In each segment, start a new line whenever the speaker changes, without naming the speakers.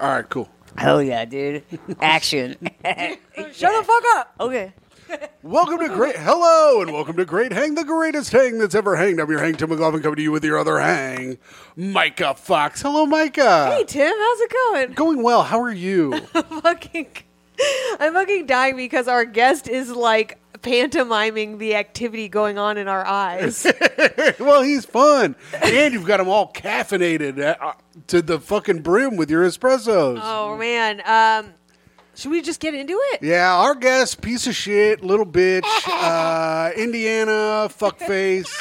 All right, cool.
Oh yeah, dude. Action.
Shut the fuck up.
okay.
Welcome to Great Hello and welcome to Great Hang, the greatest hang that's ever hanged. I'm your hang Tim McLaughlin coming to you with your other hang, Micah Fox. Hello, Micah.
Hey Tim, how's it going?
Going well. How are you?
fucking, I'm fucking dying because our guest is like pantomiming the activity going on in our eyes.
well, he's fun, and you've got him all caffeinated uh, to the fucking brim with your espressos.
oh man. Um, should we just get into it?
Yeah, our guest, piece of shit, little bitch, uh, Indiana, fuckface,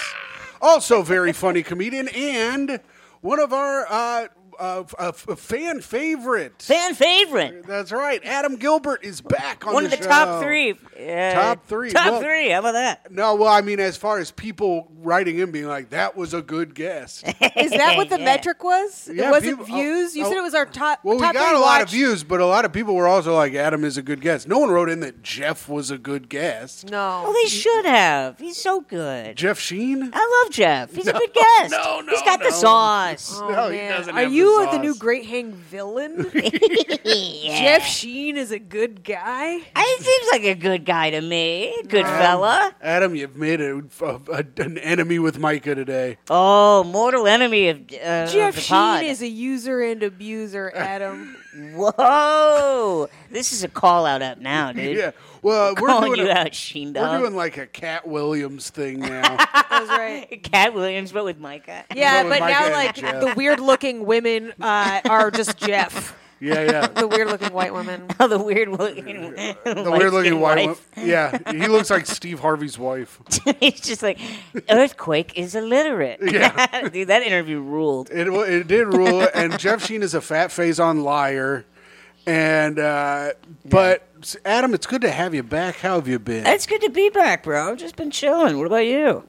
also very funny comedian, and one of our uh, uh, f- uh, f- fan favorites.
Fan favorite.
That's right, Adam Gilbert is back on
One of the
show.
top three. Yeah.
Top three,
Top
well-
three. How about that?
No, well, I mean, as far as people writing in being like, that was a good guest.
Is that what the
Yeah.
metric was?
Yeah,
it wasn't
people- oh,
views. you
oh.
said it was our top.
Well, we
top
got
three
a lot of
watched-
views, but a lot of people were also like, Adam is a good guest. No one wrote in that Jeff was a good guest.
Well,
No.
they Oh, should have. He's so good.
Jeff Sheen?
I love Jeff. He's a good guest.
no,
He's got the
no.
sauce.
Oh,
No, he
man.
doesn't
Are
have the
you the
sauce.
new Great Hang villain?
Yeah.
Jeff Sheen is a good guy.
He seems like a good guy to me. Good fella.
Adam, you've made a, a- a- an enemy with Micah today.
Oh, mortal enemy of uh, of
Jeff
the
Sheen
pod.
is a user and abuser, Adam.
Whoa! This is a call out up now, dude.
Yeah. Well, we're
Calling
doing,
you
a-
out, Sheen
we're
dog.
doing like a Cat Williams thing now.
That's right.
Cat Williams, but with Micah.
Yeah,
Well,
but
my
now
dad,
like
Jeff.
the weird looking women uh, are just Jeff,
yeah, yeah.
the weird looking white woman.
Oh, the weird looking,
The weird looking white one. Yeah, he looks like Steve Harvey's wife.
He's just like earthquake is illiterate.
Yeah.
dude, that interview ruled.
It, wa- it did rule, and Jeff Sheen is a fat face on liar. And uh, but Adam, it's good to have you back. How have you been?
It's good to be back, bro. I've just been chilling. What about you?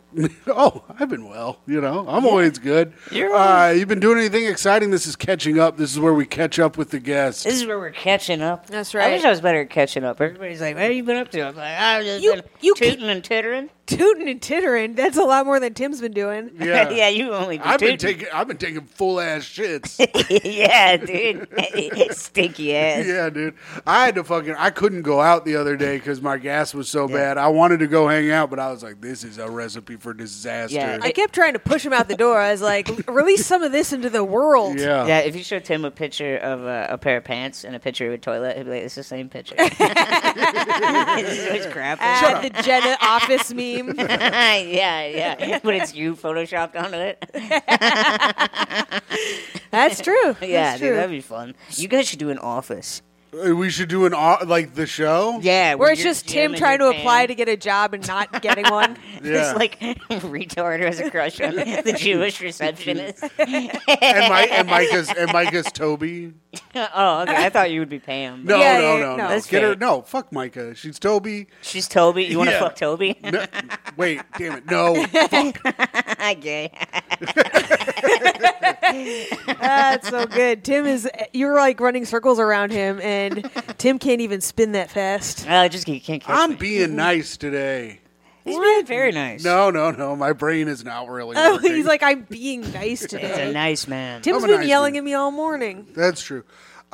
oh, I've been well. You know, I'm always good.
You're
uh, you've been doing anything exciting? This is catching up. This is where we catch up with the guests.
This is where we're catching up.
That's
I wish
right.
I was better at catching up. Everybody's like, "What have you been up to?" I'm like, "I've just
You-
been
you
tooting
keep-
and tittering."
Tooting and tittering, that's a lot more than Tim's been doing.
Yeah.
you only. Been
I've been
tooting.
taking I've been taking full ass shits.
yeah, dude. Stinky ass.
yeah, dude. I had to fucking I couldn't go out the other day because my gas was so bad. I wanted to go hang out, but I was like, this is a recipe for disaster.
Yeah.
I kept trying to push him out the door. I was like, release some of this into the world.
yeah.
Yeah. if you showed Tim a picture of uh, a pair of pants and a picture of a toilet, he'd be like, "It's the same picture." it's crap.
Add the Jenna office meme.
yeah, yeah, but it's you photoshopped onto it.
That's true.
Yeah,
That's
dude,
true.
that'd be fun. You guys should do an office.
Uh, We should do an au- like the show.
Yeah,
Where it's just Tim trying to apply to get a job and not getting one.
Yeah.
This like retard who has a crush on the Jewish receptionist.
And Mike and Micah's and Micah's Toby.
oh, okay. I thought you would be Pam.
No,
Yeah,
no, no,
yeah, no.
no.
That's
Get her
fake.
no, fuck Micah. She's Toby.
She's Toby. You want to
Yeah.
fuck Toby?
No, wait, damn it. No.
Gay.
That's so good. Tim is, you're like running circles around him, and Tim can't even spin that fast.
Uh, just you can't catch
I'm
me.
Mm-hmm.
being nice today.
He's being very nice.
No, no, no. My brain is not really
Oh,
working.
he's like, I'm being nice
He's
today.
a nice man.
Tim's
I'm a
been
nice
yelling
man.
at me all morning.
That's true.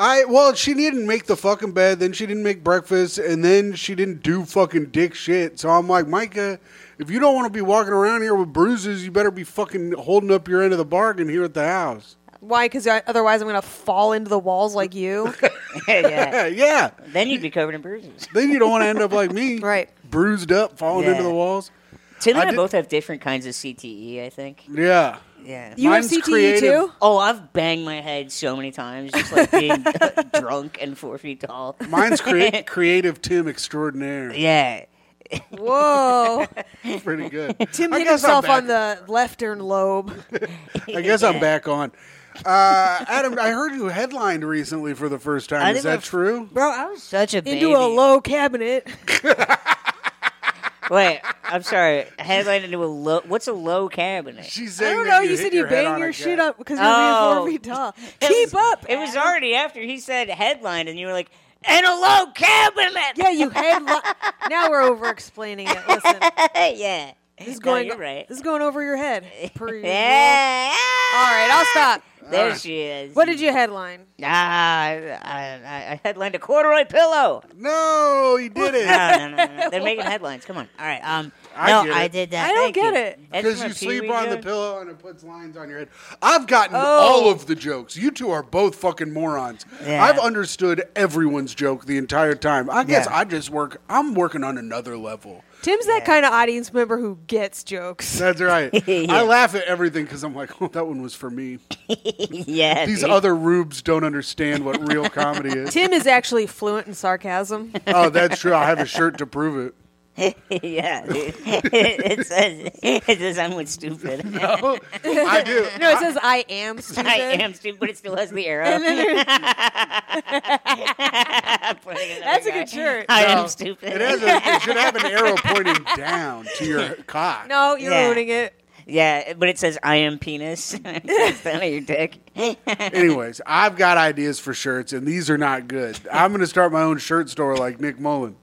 I well, she didn't make the fucking bed, then she didn't make breakfast, and then she didn't do fucking dick shit. So I'm like, Micah, if you don't want to be walking around here with bruises, you better be fucking holding up your end of the bargain here at the house.
Why? Because otherwise, I'm gonna fall into the walls like you.
yeah.
Yeah, yeah.
Then you'd be covered in bruises.
Then you don't want to end up like me,
Right.
Bruised up, falling
Yeah.
into the walls.
Tim
I
and I,
did-
both have different kinds of CTE, I think.
Yeah,
Yeah.
You have
Mine's
CTE
creative.
too.
oh, I've banged my head so many times, just like being drunk and four feet tall.
mine's crea- creative Tim extraordinaire.
Yeah.
Whoa!
Pretty good.
Tim
I
hit
guess I'm
himself
back.
on the left ear lobe.
I guess I'm back on. Uh, Adam, I heard you headlined recently for the first time.
I
Is
think
that
I've-
true?
Bro, I was such a baby.
Into a low cabinet.
Wait, I'm sorry. Headline into a low. What's a low cabinet?
She's
I
saying
don't
that
know. You,
hit
said you
your head
bang
on
your
a
shit
cat.
up because you're being
Oh.
four feet tall.
It
Keep
was-
up.
It was already after he said headline, and you were like, "And a low cabinet."
Yeah, you head. now we're over explaining it. Listen,
yeah.
This is
No,
going.
you're right.
This is going over your head. Per usual.
Yeah.
All right, I'll stop.
There she is.
What did you headline?
Ah, I, I, I headlined a corduroy pillow.
No, he did it.
No, no, no, no, no. They're making headlines. Come on. All right. Um.
I
no,
get
I
it.
did that.
I
Thank
don't get
you.
it.
That's
Because
from
you
a
sleep
Pee-wee
on the
joke.
pillow and it puts lines on your head. I've gotten
Oh.
all of the jokes. You two are both fucking morons.
Yeah.
I've understood everyone's joke the entire time. I guess
Yeah.
I just work. I'm working on another level.
Tim's that kind of audience member who gets jokes.
That's right.
Yeah.
I laugh at everything because I'm like, oh, that one was for me.
yeah.
These
dude.
other rubes don't understand what real comedy is.
Tim is actually fluent in sarcasm.
Oh, that's true. I have a shirt to prove it.
yeah. Dude. it says it says I'm with stupid.
Oh, I do.
No, it says I am stupid.
I am stupid, but it still has the arrow. I'm pointing at
That's
another
a
guy.
good shirt.
I
No,
am stupid.
It, has a, it should have an arrow pointing down to your cock.
No, you're
Yeah.
ruining it.
yeah, but it says I am penis. it's down at your dick.
Anyways, I've got ideas for shirts, and these are not good. I'm going to start my own shirt store like Nick Mullen.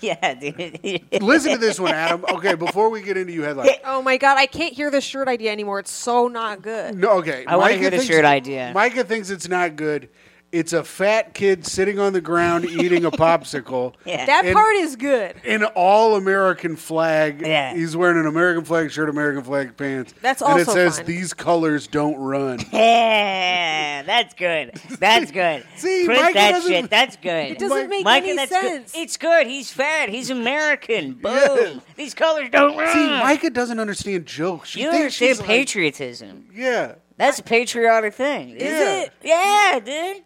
yeah, dude.
Listen to this one, Adam. Okay, before we get into you headline.
Oh my god, I can't hear the shirt idea anymore. It's so not good.
No, okay.
I wanna
Micah
hear the
thinks-
shirt idea.
Micah thinks it's not good. It's a fat kid sitting on the ground eating a popsicle.
Yeah.
That
And-
part is good.
An all American flag.
Yeah.
He's wearing an American flag shirt, American flag pants.
That's
And it
also
says
fun.
these colors don't run.
Yeah, that's good. That's good.
See,
Print
Micah
that
doesn't-
shit. That's good. It
doesn't make any
that's
sense.
Good. It's good. He's fat. He's American. Boom.
Yes.
These colors don't run.
See, Micah doesn't understand jokes. She
you
thinks she's
understand
like-
patriotism.
yeah.
that's a patriotic thing. dude.
Yeah.
it?
Yeah, dude.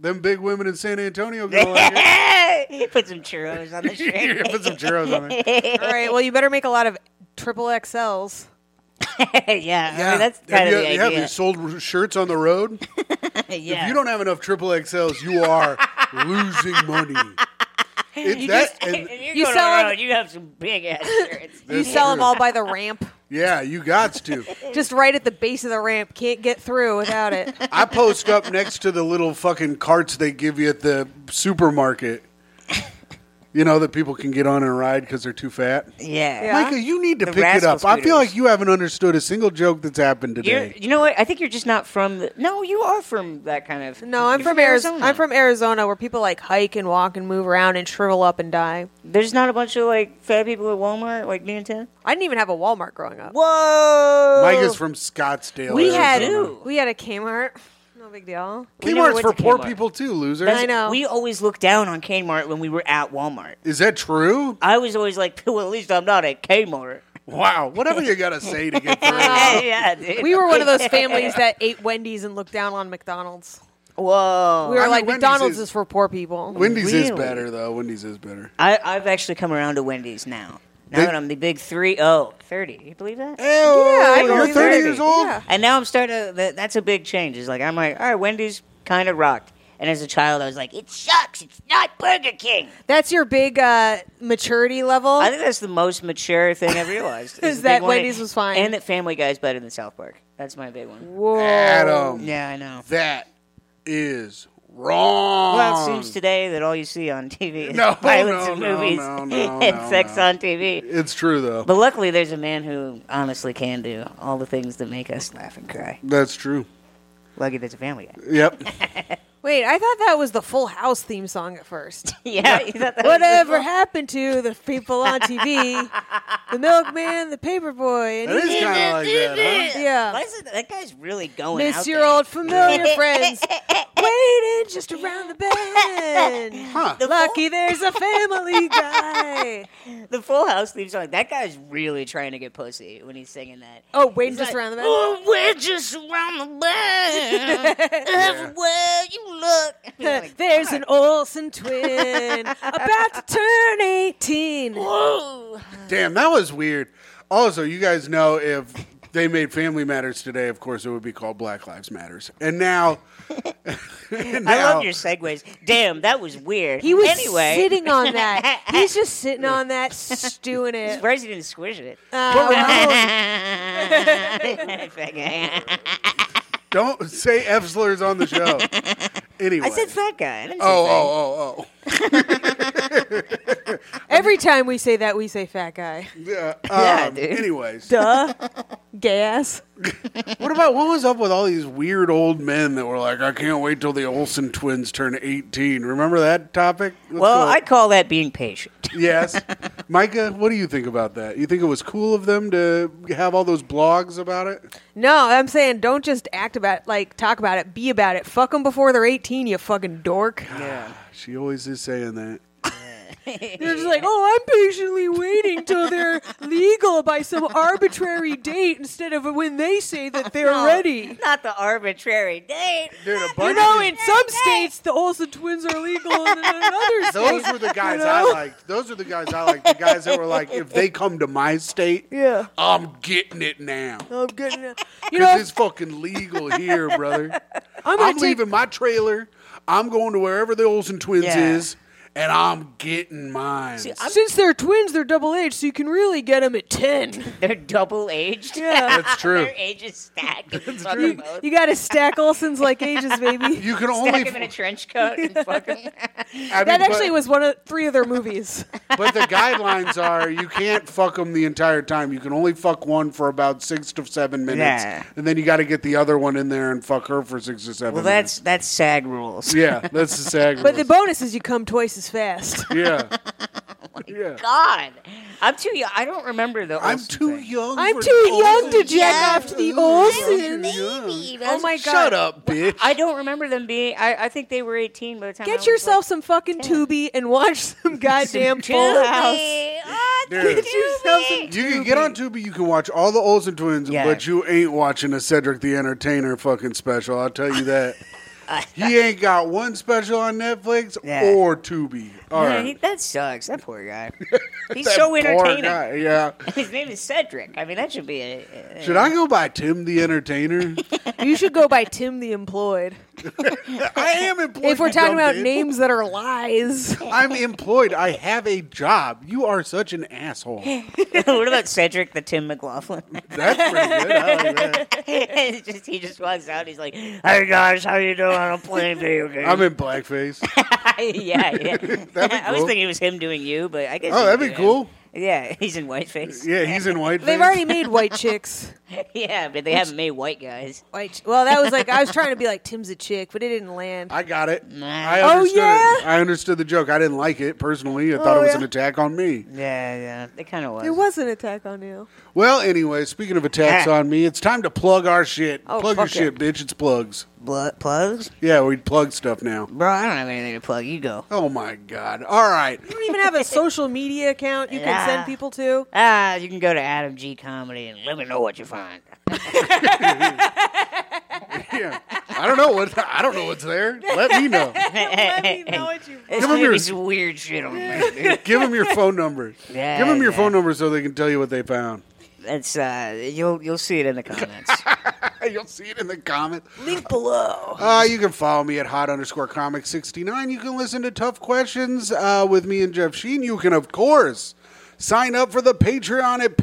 Them big women in San Antonio gonna like it.
Put some churros on the
Yeah,
shirt.
Put some churros on it.
All right, well, you better make a lot of triple XLs.
yeah, I mean, that's kind
have
of the
you, Have you
idea.
sold r- shirts on the road?
yeah.
If you don't have enough triple XLs, you are losing money. It,
You
that,
just-
and-
If you're
You
going
sell
around,
them-
you have some big ass shirts.
You
That's
sell them
true.
all by the ramp,
yeah, you got to.
just right at the base of the ramp. Can't get through without it.
I post up next to the little fucking carts they give you at the supermarket. You know that people can get on and ride because they're too fat.
yeah.
Yeah.
Micah, you need to
The
pick it
rascal
up. I feel
scooters.
like you haven't understood a single joke that's happened
You're,
today.
you know what? I think you're just not from. The, no, you are from that kind of.
No, I'm
you're
from Arizona. I'm from Arizona, where people like hike and walk and move around and shrivel up and die.
There's not a bunch of like fat people at Walmart, like me and Tim.
I didn't even have a Walmart growing up.
Whoa!
Micah's from Scottsdale.
we had
Arizona.
Arizona.
we had a Kmart. No big deal.
We never
Kmart's
went
for
to
poor
Kmart.
people too, loser.
I know.
We always looked down on Kmart when we were at Walmart.
Is that true?
I was always like, well, at least I'm not at Kmart.
Wow. Whatever you gotta say to get through.
yeah, dude.
We were one of those families that ate Wendy's and looked down on McDonald's.
Whoa.
We were
mean,
like,
Oh, Wendy's
McDonald's
is-
is, for poor people.
Wendy's is
Really?
better though. Wendy's is better.
I, I've actually come around to Wendy's now. Now
They-
that I'm the big three oh thirty. You believe that?
Eh.
Oh,
I
you're
believe
30
it.
years old.
Yeah.
And now I'm starting to. That, that's a big change. It's like I'm like, all right, Wendy's kind of rocked. And as a child, I was like, it sucks. It's not Burger King.
That's your big uh, maturity level.
I think that's the most mature thing I've realized.
Is
the
that
big one.
Wendy's was fine.
and that Family Guy's better than South Park. That's my big one.
Whoa.
Adam,
Yeah, I know.
that is wrong.
Well, it seems today that all you see on TV is
Um, No,
violence
no,
in
no,
movies
no, no,
and
no,
sex
no.
on TV.
it's true though.
But luckily, there's a man who honestly can do all the things that make us laugh and cry.
That's true.
Lucky there's a Family Guy.
Yep.
Wait, I thought that was the Full House theme song at first.
yeah, you thought that was-
Whatever happened to the people on TV? the milkman, the paperboy,
That
and
is kind of like that, huh?
yeah.
Why is it, that guy's really going out
Miss your
there.
old familiar friends waiting just around the bend.
Huh.
Lucky there's a family guy.
The Full House theme song. That guy's really trying to get pussy when he's singing that.
Oh, waiting just around the bend.
Oh, we're just around the bend. Everywhere you look. You're like,
There's an Olsen twin about to turn 18.
Whoa.
Damn, that was weird. Also, you guys know if they made Family Matters today, of course, it would be called Black Lives Matters. And now, and
I
now-
love your segues. Damn, that was weird.
He was
anyway,
sitting on that. He's just sitting on that, stewing it. Uh,
Surprised he didn't squish it.
But when I was- Don't say F slurs on the show. anyway.
Oh, I said fat guy. I didn't say
oh, oh, oh, oh.
fat.
Every time we say that, we say fat guy.
Yeah,
Yeah,
um,
dude.
Anyways,
Duh. Gas.
what about what was up with all these weird old men that were like, I can't wait till the Olsen twins turn 18? Remember that topic? Let's
Well,
go.
I call that being patient.
Yes. Micah, what do you think about that? You think it was cool of them to have all those blogs about it?
No, I'm saying don't just act about it, like talk about it, be about it. Fuck them before they're 18, you fucking dork.
Yeah.
She always is saying that.
They're just like, oh, I'm patiently waiting till they're legal by some arbitrary date instead of when they say that they're ready.
Not the arbitrary date.
Dude, a
You
bunch
know,
of
in some states, the Olsen twins are legal, and in another state,
those were the guys I liked. Those are the guys I liked. The guys that were like, if they come to my state,
Yeah.
I'm getting it now.
I'm getting it. You know,
Because it's fucking legal here, brother.
I'm gonna
I'm
take-
leaving my trailer. I'm going to wherever the Olsen twins
Yeah.
is, and I'm getting mine.
since they're twins, they're double aged, so you can really get them at 10.
They're double aged.
Yeah.
That's true.
Their age is stacked. That's
You, you got to stack Olsen's like ages, baby.
you can
Stack
only.
him in a trench coat and fuck him.
I mean,
That
but-
actually was one of three of their movies.
But the guidelines are you can't fuck them the entire time. You can only fuck one for about six to seven minutes,
Yeah.
and then you got to get the other one in there and fuck her for six to seven.
Well, that's that's SAG rules.
minutes. yeah, that's the sag.
But the
rules.
bonus is you come twice as fast.
yeah,
Oh
yeah.
God, I'm too young. I don't remember the.
I'm
Olsen
too
thing.
young.
I'm
for
too
the
young
Olsen.
to jack off to the
Ooh, I'm too
Olsen.
young.
That's-
Oh my god!
Shut up, bitch.
I don't remember them being. I, I think they were 18 by the time. I
Get
was,
yourself some fucking Tubi and watch some goddamn
like,
Full
Tubi.
House.
Oh,
Dude.
Tubi.
Get yourself some
You can get on Tubi. You can watch all the Olsen twins,
Yeah.
but you ain't watching a Cedric the Entertainer fucking special. I'll tell you that. he ain't got one special on Netflix
Yeah.
or Tubi. All
Yeah,
right.
he- that sucks. That poor guy. He's
That
so
poor
entertaining.
guy, Yeah.
His name is Cedric. I mean, that should be a. a-
Should I go by Tim the Entertainer?
You should go by Tim the Employed.
I am employed.
If we're
you
talking
dumb
about
bitch.
names that are lies,
I'm employed. I have a job. You are such an asshole.
what about Cedric the Tim McLaughlin?
That's pretty good. I like that.
It's just, he just walks out. He's like, "Hey guys, how you doing? I'm playing video games."
I'm in blackface.
yeah, yeah. I was
cool.
thinking it was him doing you, but I guess.
Oh,
you
that'd
do
be
him.
cool.
Yeah, he's in whiteface.
Yeah, he's in white.
they've already made White Chicks.
yeah, but they haven't made white guys.
White. Ch- well, that was like I was trying to be like Tim's a chick, but it didn't land.
I got it. I
Oh,
understood it.
yeah?
I understood the joke. I didn't like it personally. I thought
Oh,
it was
yeah.
an attack on me.
Yeah, yeah, they kind of was.
It was an attack on you.
Well, anyway, speaking of attacks
Ah.
on me, it's time to plug our shit.
Oh,
plug your
fuck
shit,
it.
bitch. It's plugs.
Blu- plugs,
Yeah, we plug stuff now.
bro. I don't have anything to plug. You go.
Oh my god. All right.
You don't even have a social media account you can
Yeah.
send people to.
Ah, you can go to Adam G Comedy and let me know what you find.
Yeah. I don't know what I don't know what's there. Let me know.
Let me know what you.
This
Give 'em
movie's
your-
weird shit on me.
Give them your phone number.
Yeah,
Give them your
yeah.
phone number so they can tell you what they found.
That's uh, you'll you'll see it in the comments.
You'll see it in the comments.
Link below.
Uh, you can follow me at hot underscore comic 69. You can listen to Tough Questions uh, with me and Jeff Sheen. You can, of course, sign up for the Patreon at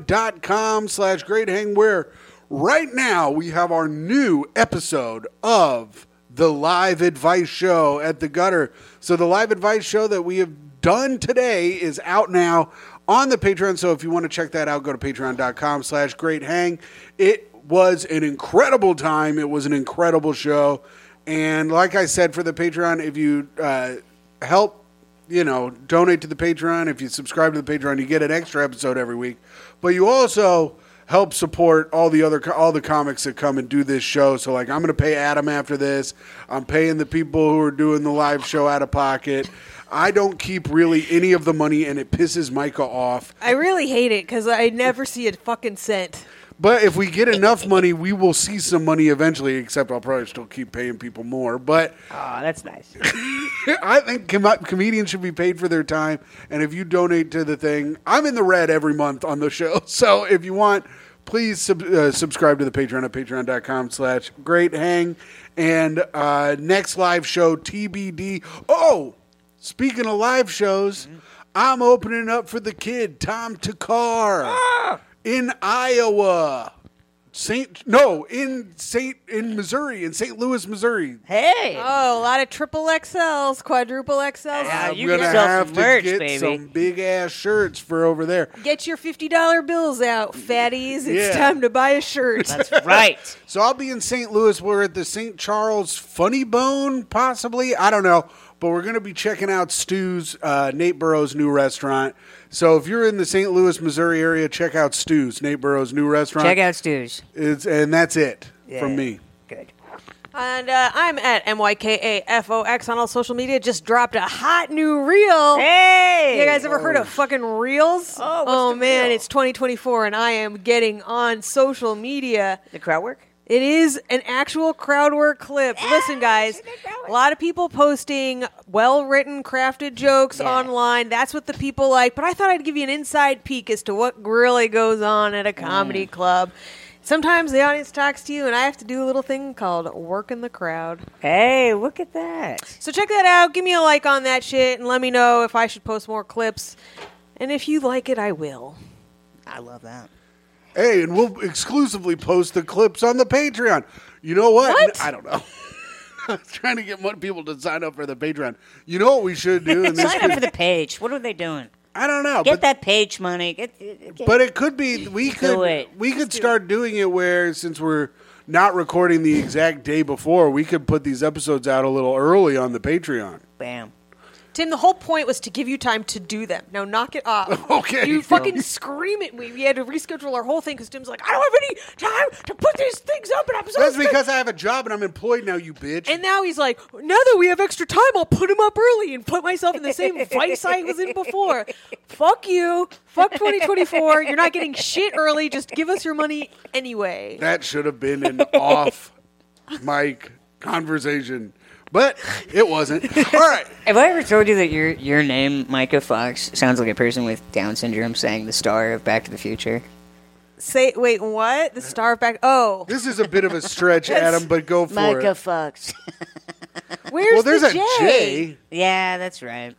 patreon.com slash great hang where right now we have our new episode of the live advice show at the gutter. So the live advice show that we have done today is out now on the Patreon. So if you want to check that out, go to patreon.com slash great hang. It was an incredible time. It was an incredible show. And like I said, for the Patreon, if you uh, help, you know, donate to the Patreon, if you subscribe to the Patreon, you get an extra episode every week. But you also help support all the other all the comics that come and do this show. So like I'm going to pay Adam after this. I'm paying the people who are doing the live show out of pocket. I don't keep really any of the money and it pisses Micah off.
I really hate it because I never see a fucking cent.
But if we get enough money, we will see some money eventually, except I'll probably still keep paying people more. But
oh, that's nice.
I think com- comedians should be paid for their time. And if you donate to the thing, I'm in the red every month on the show. So if you want, please sub- uh, subscribe to the Patreon at patreon.com slash great hang. And uh, next live show, TBD. Oh, speaking of live shows, I'm opening up for the kid, Tom Takar, in Iowa. Saint no in Saint in Missouri in St. Louis, Missouri.
Hey.
Oh, a lot of triple XLs, quadruple XLs.
Yeah,
I'm
you
gonna
get yourself
have
some
to
merch,
get
baby.
some big ass shirts for over there.
Get your fifty dollar bills out, fatties. It's
Yeah.
time to buy a shirt.
That's right.
So I'll be in St. Louis. We're at the St. Charles Funny Bone, possibly. I don't know. But we're going to be checking out Stu's, uh, Nate Burrow's new restaurant. So if you're in the St. Louis, Missouri area, check out Stu's, Nate Burrow's new restaurant.
Check out Stu's.
It's, and that's it
Yeah.
from me.
Good.
and uh, I'm at MYKAFOX on all social media. Just dropped a hot new reel.
Hey.
Oh. You guys ever heard of fucking reels?
Oh, what's the
man,
reel?
it's 2024 and I am getting on social media.
the crowd work?
It is an actual crowd work clip. Listen, guys,
it's a good crowd work.
a lot of people posting well written, crafted jokes
Yeah.
online. That's what the people like. But I thought I'd give you an inside peek as to what really goes on at a
Mm.
comedy club. Sometimes the audience talks to you, and I have to do a little thing called work in the crowd.
Hey, look at that.
So check that out. Give me a like on that shit, and let me know if I should post more clips. And if you like it, I will.
I love that.
Hey, and we'll exclusively post the clips on the Patreon. You know what?
What?
I don't know. I was trying to get more people to sign up for the Patreon. You know what we should do? And this
Sign up for the page. What are they doing?
I don't know.
Get
but
that page money. Get, get-
But it could be we could
it.
we could start doing it where since we're not recording the exact day before, we could put these episodes out a little early on the Patreon.
bam.
Tim, the whole point was to give you time to do them. Now knock it off.
Okay.
You fucking scream at me. We had to reschedule our whole thing because Tim's like, I don't have any time to put these things up, and I'm so.
That's
sick."
because I have a job and I'm employed now, you bitch.
And now he's like, now that we have extra time, I'll put him up early and put myself in the same vice I was in before. Fuck you. Fuck 2024. You're not getting shit early. Just give us your money anyway.
that should have been an off mic conversation. But it wasn't. All right.
Have I ever told you that your your name, Micah Fox, sounds like a person with Down syndrome saying the star of Back to the Future?
Say, wait, what? The star back. Oh,
This is a bit of a stretch, Adam, but go for it.
Fox.
where's
Well, there's
the
a J.
yeah, that's right.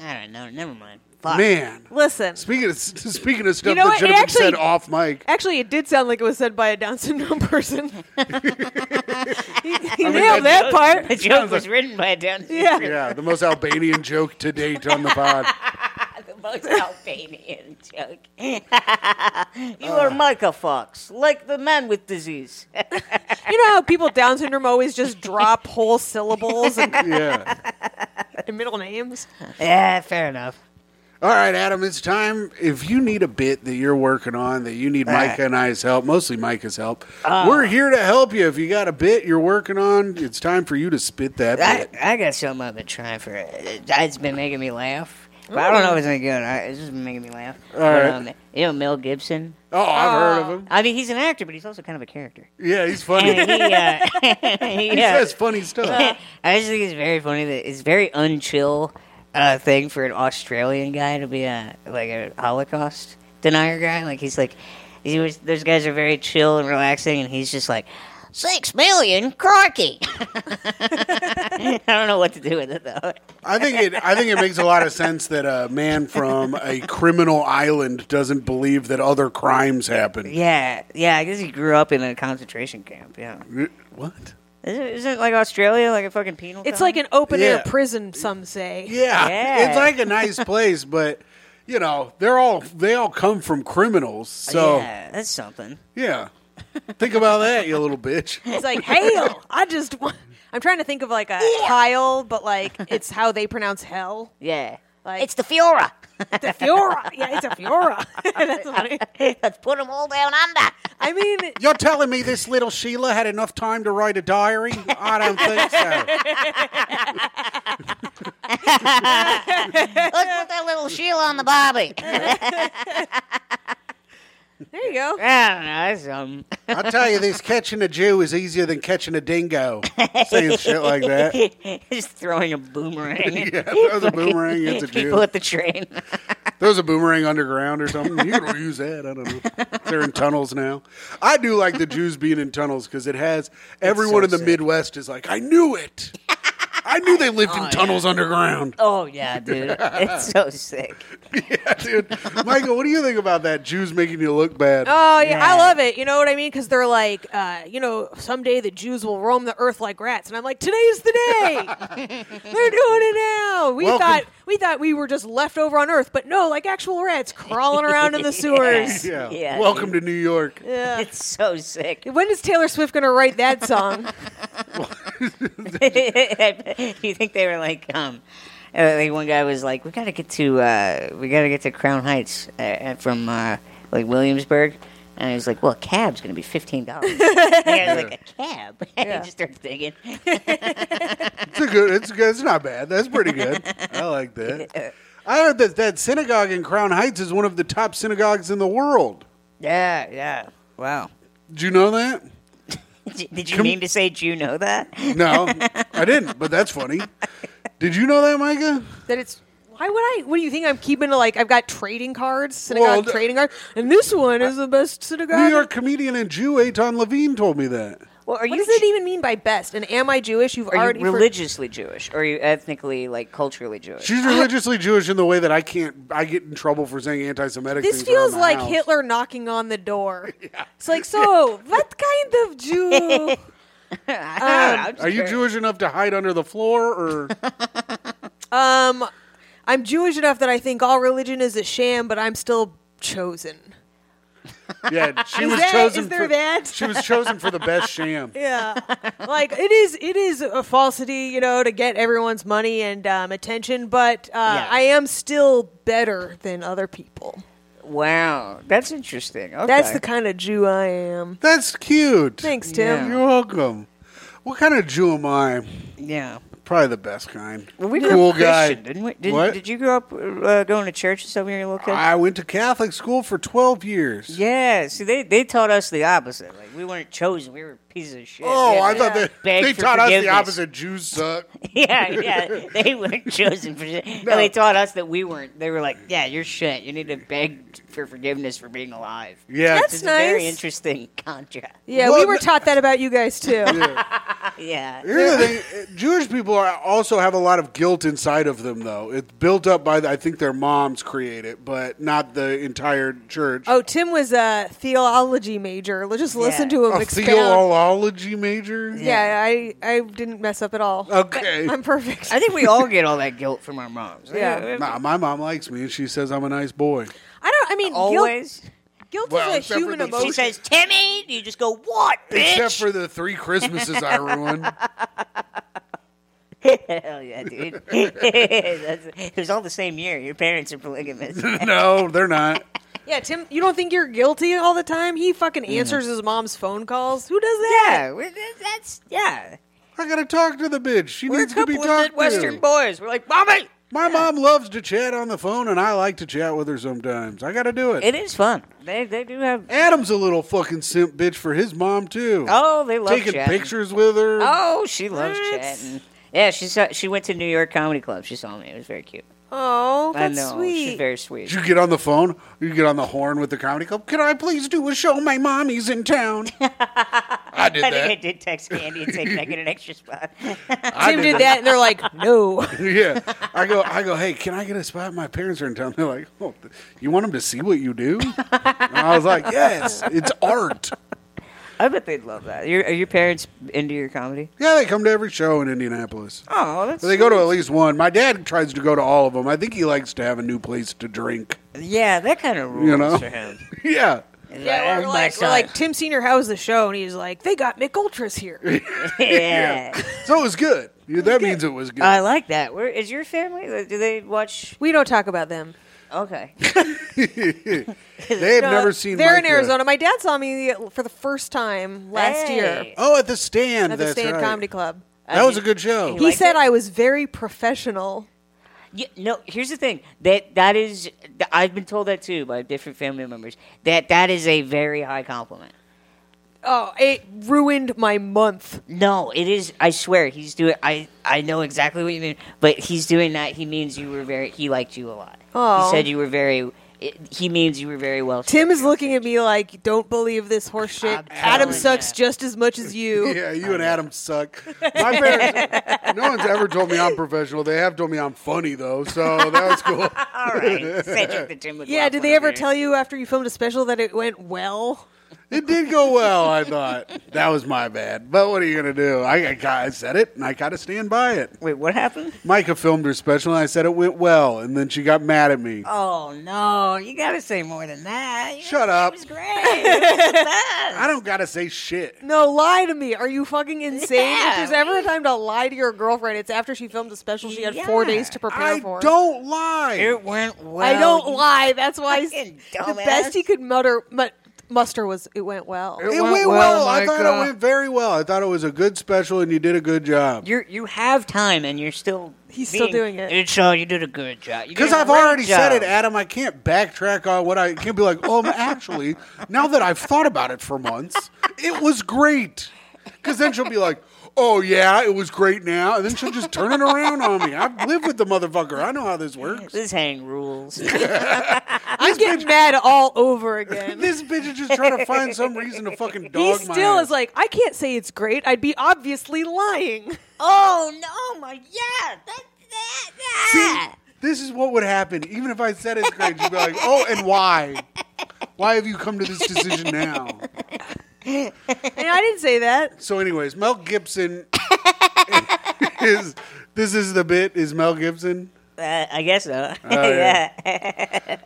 I don't know. Never mind. Fuck.
Man.
Listen.
Speaking of speaking of stuff
know
that
what?
should
It
have
actually-
been said off mic.
Actually, it did sound like it was said by a Down syndrome person. he he
mean,
nailed
that
that part.
The joke was written by a Down syndrome.
Yeah.
Yeah, the most Albanian joke to date on the pod.
The most Albanian joke. you are Micah Fox, like the man with disease.
You know how people with Down syndrome always just drop whole syllables and,
Yeah.
and middle names?
yeah, fair enough.
All right, Adam, it's time. If you need a bit that you're working on, that you need Micah and I's help, mostly Micah's help, we're here to help you. If you got a bit you're working on, it's time for you to spit that
I,
bit.
I got something I've been trying for. uh, It's been making me laugh. But I don't know if it's any good. I- It's just been making me laugh. But,
Mm. right.
um, you know Mel Gibson.
Oh, I've heard of him.
I mean, he's an actor, but he's also kind of a character.
Yeah, he's funny.
And
he
he, uh, he, uh,
says funny stuff.
I just think it's very funny that it's very unchill uh, thing for an Australian guy to be a like a Holocaust denier guy. Like he's like, he was, those guys are very chill and relaxing, and he's just like. Six million, crikey! I don't know what to do with it though.
I think it. I think it makes a lot of sense that a man from a criminal island doesn't believe that other crimes happen.
Yeah, yeah. I guess he grew up in a concentration camp. Yeah,
What?
isn't, isn't like Australia like a fucking penal?
Uh-huh.
It's
colony?
like an open air
Yeah.
prison, some say.
Yeah,
Yeah.
it's like a nice place, but you know they're all they all come from criminals, so.
yeah, that's something.
Yeah. Think about that, you little bitch.
It's like, hail. I just want. I'm trying to think of like a Kyle, but like it's how they pronounce hell.
Yeah,
Like-
it's the Fiora.
The Fiora. Yeah, it's a Fiora. That's funny.
Let's put them all down under.
I mean,
You're telling me this little Sheila had enough time to write a diary? I don't think so.
Let's put that little Sheila on the Bobby.
there you go.
I don't know. That's um.
I tell you, this catching a Jew is easier than catching a dingo. Saying shit like that.
Just throwing a boomerang.
Yeah, that was a boomerang. It's a
People
Jew.
at the train.
There was a boomerang underground or something. You could use that. I don't know. They're in tunnels now. I do like the Jews being in tunnels because it has everyone
so
in the
sick.
Midwest is like, I knew it. I knew they lived in
Oh, yeah.
tunnels underground.
Oh yeah, dude, it's so sick.
yeah, dude. Michael, what do you think about that? Jews making you look bad.
Oh yeah, I
Yeah.
love it. You know what I mean? Because they're like, uh, you know, someday the Jews will roam the earth like rats, and I'm like, today's the day. they're doing it now. We
Welcome.
thought we thought we were just left over on Earth, but no, like actual rats crawling around in the sewers.
yeah.
yeah,
Welcome to New York.
Yeah.
It's so sick.
When is Taylor Swift gonna write that song?
you think they were like, um, uh, like one guy was like, we gotta get to, uh, we gotta get to Crown Heights uh, uh, from uh, like Williamsburg. And he was like, "Well, a cab's gonna be fifteen dollars." I was like, "A cab?" And
Yeah.
he just started thinking.
It's a good. It's good. It's not bad. That's pretty good. I like that. I heard that that synagogue in Crown Heights is one of the top synagogues in the world.
Yeah, yeah. Wow.
Did you know that?
Did did you mean to say? Do you know that?
No, I didn't. But that's funny. Did you know that, Micah?
that it's why would I? What do you think I'm keeping? Like I've got trading cards, synagogue
Well, th-
trading cards, and this one is the best synagogue.
New York comedian and Jew Aton Levine told me that.
Well, are
What
you
does it even mean by best? And am I Jewish? You've
are
already
you
for-
religiously Jewish or are you ethnically like culturally Jewish?
She's religiously Jewish in the way that I can't. I get in trouble for saying anti-Semitic.
This
things around
feels
the
like
house.
Hitler knocking on the door. It's like, so what kind of Jew?
I'm just
Are you
curious.
Jewish enough to hide under the floor, or
um, I'm Jewish enough that I think all religion is a sham, but I'm still chosen.
yeah? She
Is
was
that-
chosen.
is there
for,
that?
She was chosen for the best sham.
Yeah, like it is. It is a falsity, you know, to get everyone's money and um, attention. But uh,
Yeah.
I am still better than other people.
Wow, that's interesting. Okay.
That's the kind of Jew I am.
That's cute.
Thanks, Tim.
Yeah.
You're welcome. What kind of Jew am I?
yeah.
Probably the best kind.
Well, we grew
cool
up Christian,
guy.
didn't we? Did,
what?
did you grow up uh, going to church and stuff when you were a little kid?
I went to Catholic school for 12 years.
yeah. See, they, they taught us the opposite. Like we weren't chosen. We were pieces of shit.
Oh,
We had
I
to
thought
Yeah.
they,
beg
they
for
taught us the
forgiveness.
opposite. Jews suck.
yeah, yeah. They weren't chosen for shit. No. They taught us that we weren't. They were like, yeah, you're shit. You need to beg for forgiveness for being alive.
Yeah.
That's
It's a very
nice.
interesting contrast.
Yeah,
Well,
we were
th-
taught that about you guys too.
Yeah.
Here's the thing, uh, Jewish people are, also have a lot of guilt inside of them, though. It's built up by, I think their moms create it, but not the entire church.
Oh, Tim was a theology major. Let's just listen to him
a
expound.
theology major?
yeah, I I didn't mess up at all.
Okay.
I'm perfect.
I think we all get all that guilt from our moms.
Yeah.
Nah, my mom likes me, and she says I'm a nice boy.
I don't. I mean,
Always.
guilt, guilt
Well,
is a
except
human
for the-
emotion.
She says, Timmy, you just go, what, bitch?
Except for the three Christmases I ruined.
Hell yeah, dude. That's, it was all the same year. Your parents are polygamous.
no, they're not.
yeah, Tim, you don't think you're guilty all the time? He fucking answers his mom's phone calls. Who does that?
yeah, we- that's, yeah.
I gotta talk to the bitch. She
We're a
needs to be
couple of
talked
Midwestern
to.
boys. We're like, mommy!
My mom loves to chat on the phone, and I like to chat with her sometimes. I gotta do it.
It is fun. They, they do have,
Adam's a little fucking simp bitch for his mom too.
oh, they love
taking
chatting.
pictures with her.
Oh, she loves
What?
chatting. Yeah, she saw, she went to New York Comedy Club. She saw me. It was very cute.
Oh,
I
that's
know. She's
sweet.
very sweet.
Did you get on the phone? You get on the horn with the comedy club. Can I please do a show? My mommy's in town. I did
I think I
that.
did text Candy and say, can I get an extra spot?
I
Tim did that, and they're like, no.
yeah. I go. I go. Hey, can I get a spot? My parents are in town. They're like, oh, th- you want them to see what you do? And I was like, yes, it's art.
I bet they'd love that. Your, are your parents into your comedy?
Yeah, they come to every show in Indianapolis.
Oh, that's
They go to at least one. My dad tries to go to all of them. I think he likes to have a new place to drink.
yeah, that kind of rules
You know?
for him.
yeah.
Yeah,
Oh,
we're
my
like, we're
son.
like, Tim Senior, how's the show? And he's like, they got Mick Ultras here.
yeah.
So it was good. Yeah, that means it was good.
Uh,
I like that. Where is your family? Like, Do they watch?
we don't talk about them.
Okay,
they had
No,
never seen.
Uh,
uh,
They're in
Micah.
Arizona. My dad saw me for the first time last
Hey.
year
Oh, at the stand.
at the
that's
Stand
right. Oh.
Comedy Club.
That was a good show.
He
liked
said
it?
I was very professional.
You- no. Here's the thing that that is. th- I've been told that too by different family members. That that is a very high compliment.
Oh, it ruined my month.
No, it is. I swear, he's doing. I I know exactly what you mean, but he's doing that. He means you were very. He liked you a lot.
Oh.
He said you were very it, he means you were very well.
Tim is
structured.
looking at me like, "Don't believe this horse shit."
I'm
Adam
telling
sucks
ya.
just as much as you.
Yeah, you and Adam suck. My parents, no one's ever told me I'm professional. They have told me I'm funny though, so that was cool.
All right, Cedric the Tim.
Yeah, did they ever tell you after you filmed a special that it went well?
It did go well, I thought. That was my bad. But what are you gonna do? I, I, I said it, and I gotta stand by it.
Wait, what happened?
Micah filmed her special, and I said it went well, and then she got mad at me.
Oh no, you gotta say more than that. You
Shut
gotta say
up.
It was great. It was the best.
I don't gotta say shit.
No, lie to me. Are you fucking insane?
Yeah.
If there's ever a time to lie to your girlfriend, it's after she filmed a special she had four
Yeah.
days to prepare
I
for.
don't lie.
It went well.
I don't
you
lie. That's why he's-
fucking
the
dumbass.
best he could mutter, mu- muster was it went well.
It
went
went, well.
well,
I thought
Micah.
it went very well. I thought it was a good special, and you did a good job.
You're, you have time and you're still.
He's still
being-
doing it.
It's so you did a good job. You did
Because
a
I've
great
already said it,
job.
Adam. I can't backtrack on what I I can't be like. Um, actually, now that I've thought about it for months, it was great. Because then she'll be like, "Oh yeah, it was great now," and then she'll just turn it around on me. I've lived with the motherfucker. I know how this works.
This hang rules.
I'm getting mad all over again.
This bitch is just trying to find some reason to fucking dog
he
my
still
ass.
is like, I can't say it's great. I'd be obviously lying.
oh no, my yeah, that that that.
This is what would happen. Even if I said it's great, you'd be like, oh, and why? Why have you come to this decision now?
And I didn't say that.
So, anyways, Mel Gibson is. This is the bit. Is Mel Gibson?
Uh, I guess so.
yeah.
yeah.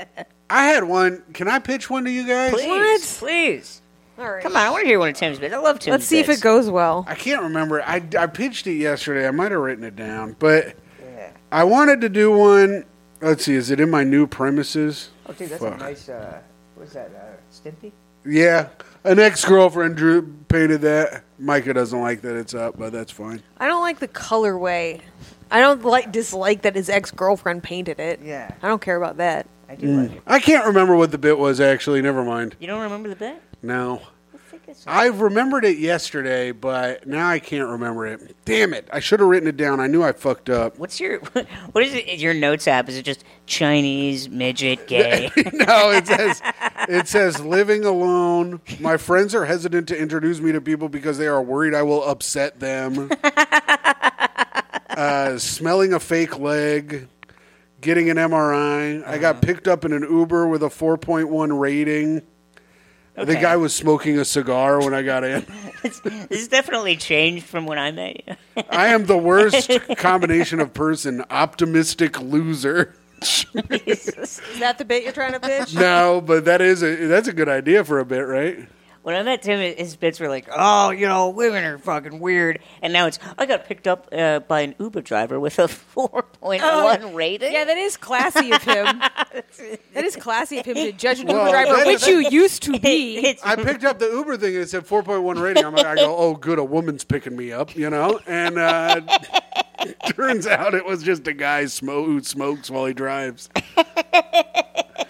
I had one. Can I pitch one to you guys?
Please, please.
All right.
Come on, I want to hear one of Tim's bits. I love Tim's
Let's see if
bits.
it goes well.
I can't remember. I, I pitched it yesterday. I might have written it down, but I wanted to do one. Let's see. Is it in my new premises?
Oh, dude, that's
Fuck.
a nice. Uh, what's that? Uh, Stimpy.
Yeah. An ex girlfriend drew painted that. Micah doesn't like that it's up, but that's fine.
I don't like the colorway. I don't like dislike that his ex girlfriend painted it.
Yeah.
I don't care about that.
I do like it.
I can't remember what the bit was actually. Never mind.
You don't remember the bit?
No.
I think it's.
I remembered it yesterday, but now I can't remember it. Damn it. I should have written it down. I knew I fucked up.
What's your what is it? Your notes app is it just Chinese midget gay?
no, it says it says living alone. My friends are hesitant to introduce me to people because they are worried I will upset them. uh, smelling a fake leg, getting an MRI. I got picked up in an Uber with a 4.1 rating. The
Okay.
guy was smoking a cigar when I got in.
this has definitely changed from when I met you.
I am the worst combination of person, optimistic loser.
Jesus.
Is that the bit you're trying to pitch?
No, but that is a that's a good idea for a bit, right?
When I met Tim, his bits were like, "Oh, you know, women are fucking weird," and now it's, "I got picked up uh, by an Uber driver with a 4.1 rating."
Yeah, that is classy of him. that is classy of him to judge an Uber
Well,
driver,
that-
which you used to be.
it's
I picked up the Uber thing and it said 4.1 rating. I'm like, I go, oh, good, a woman's picking me up, you know? And uh, turns out it was just a guy smo- who smokes while he drives. That's
that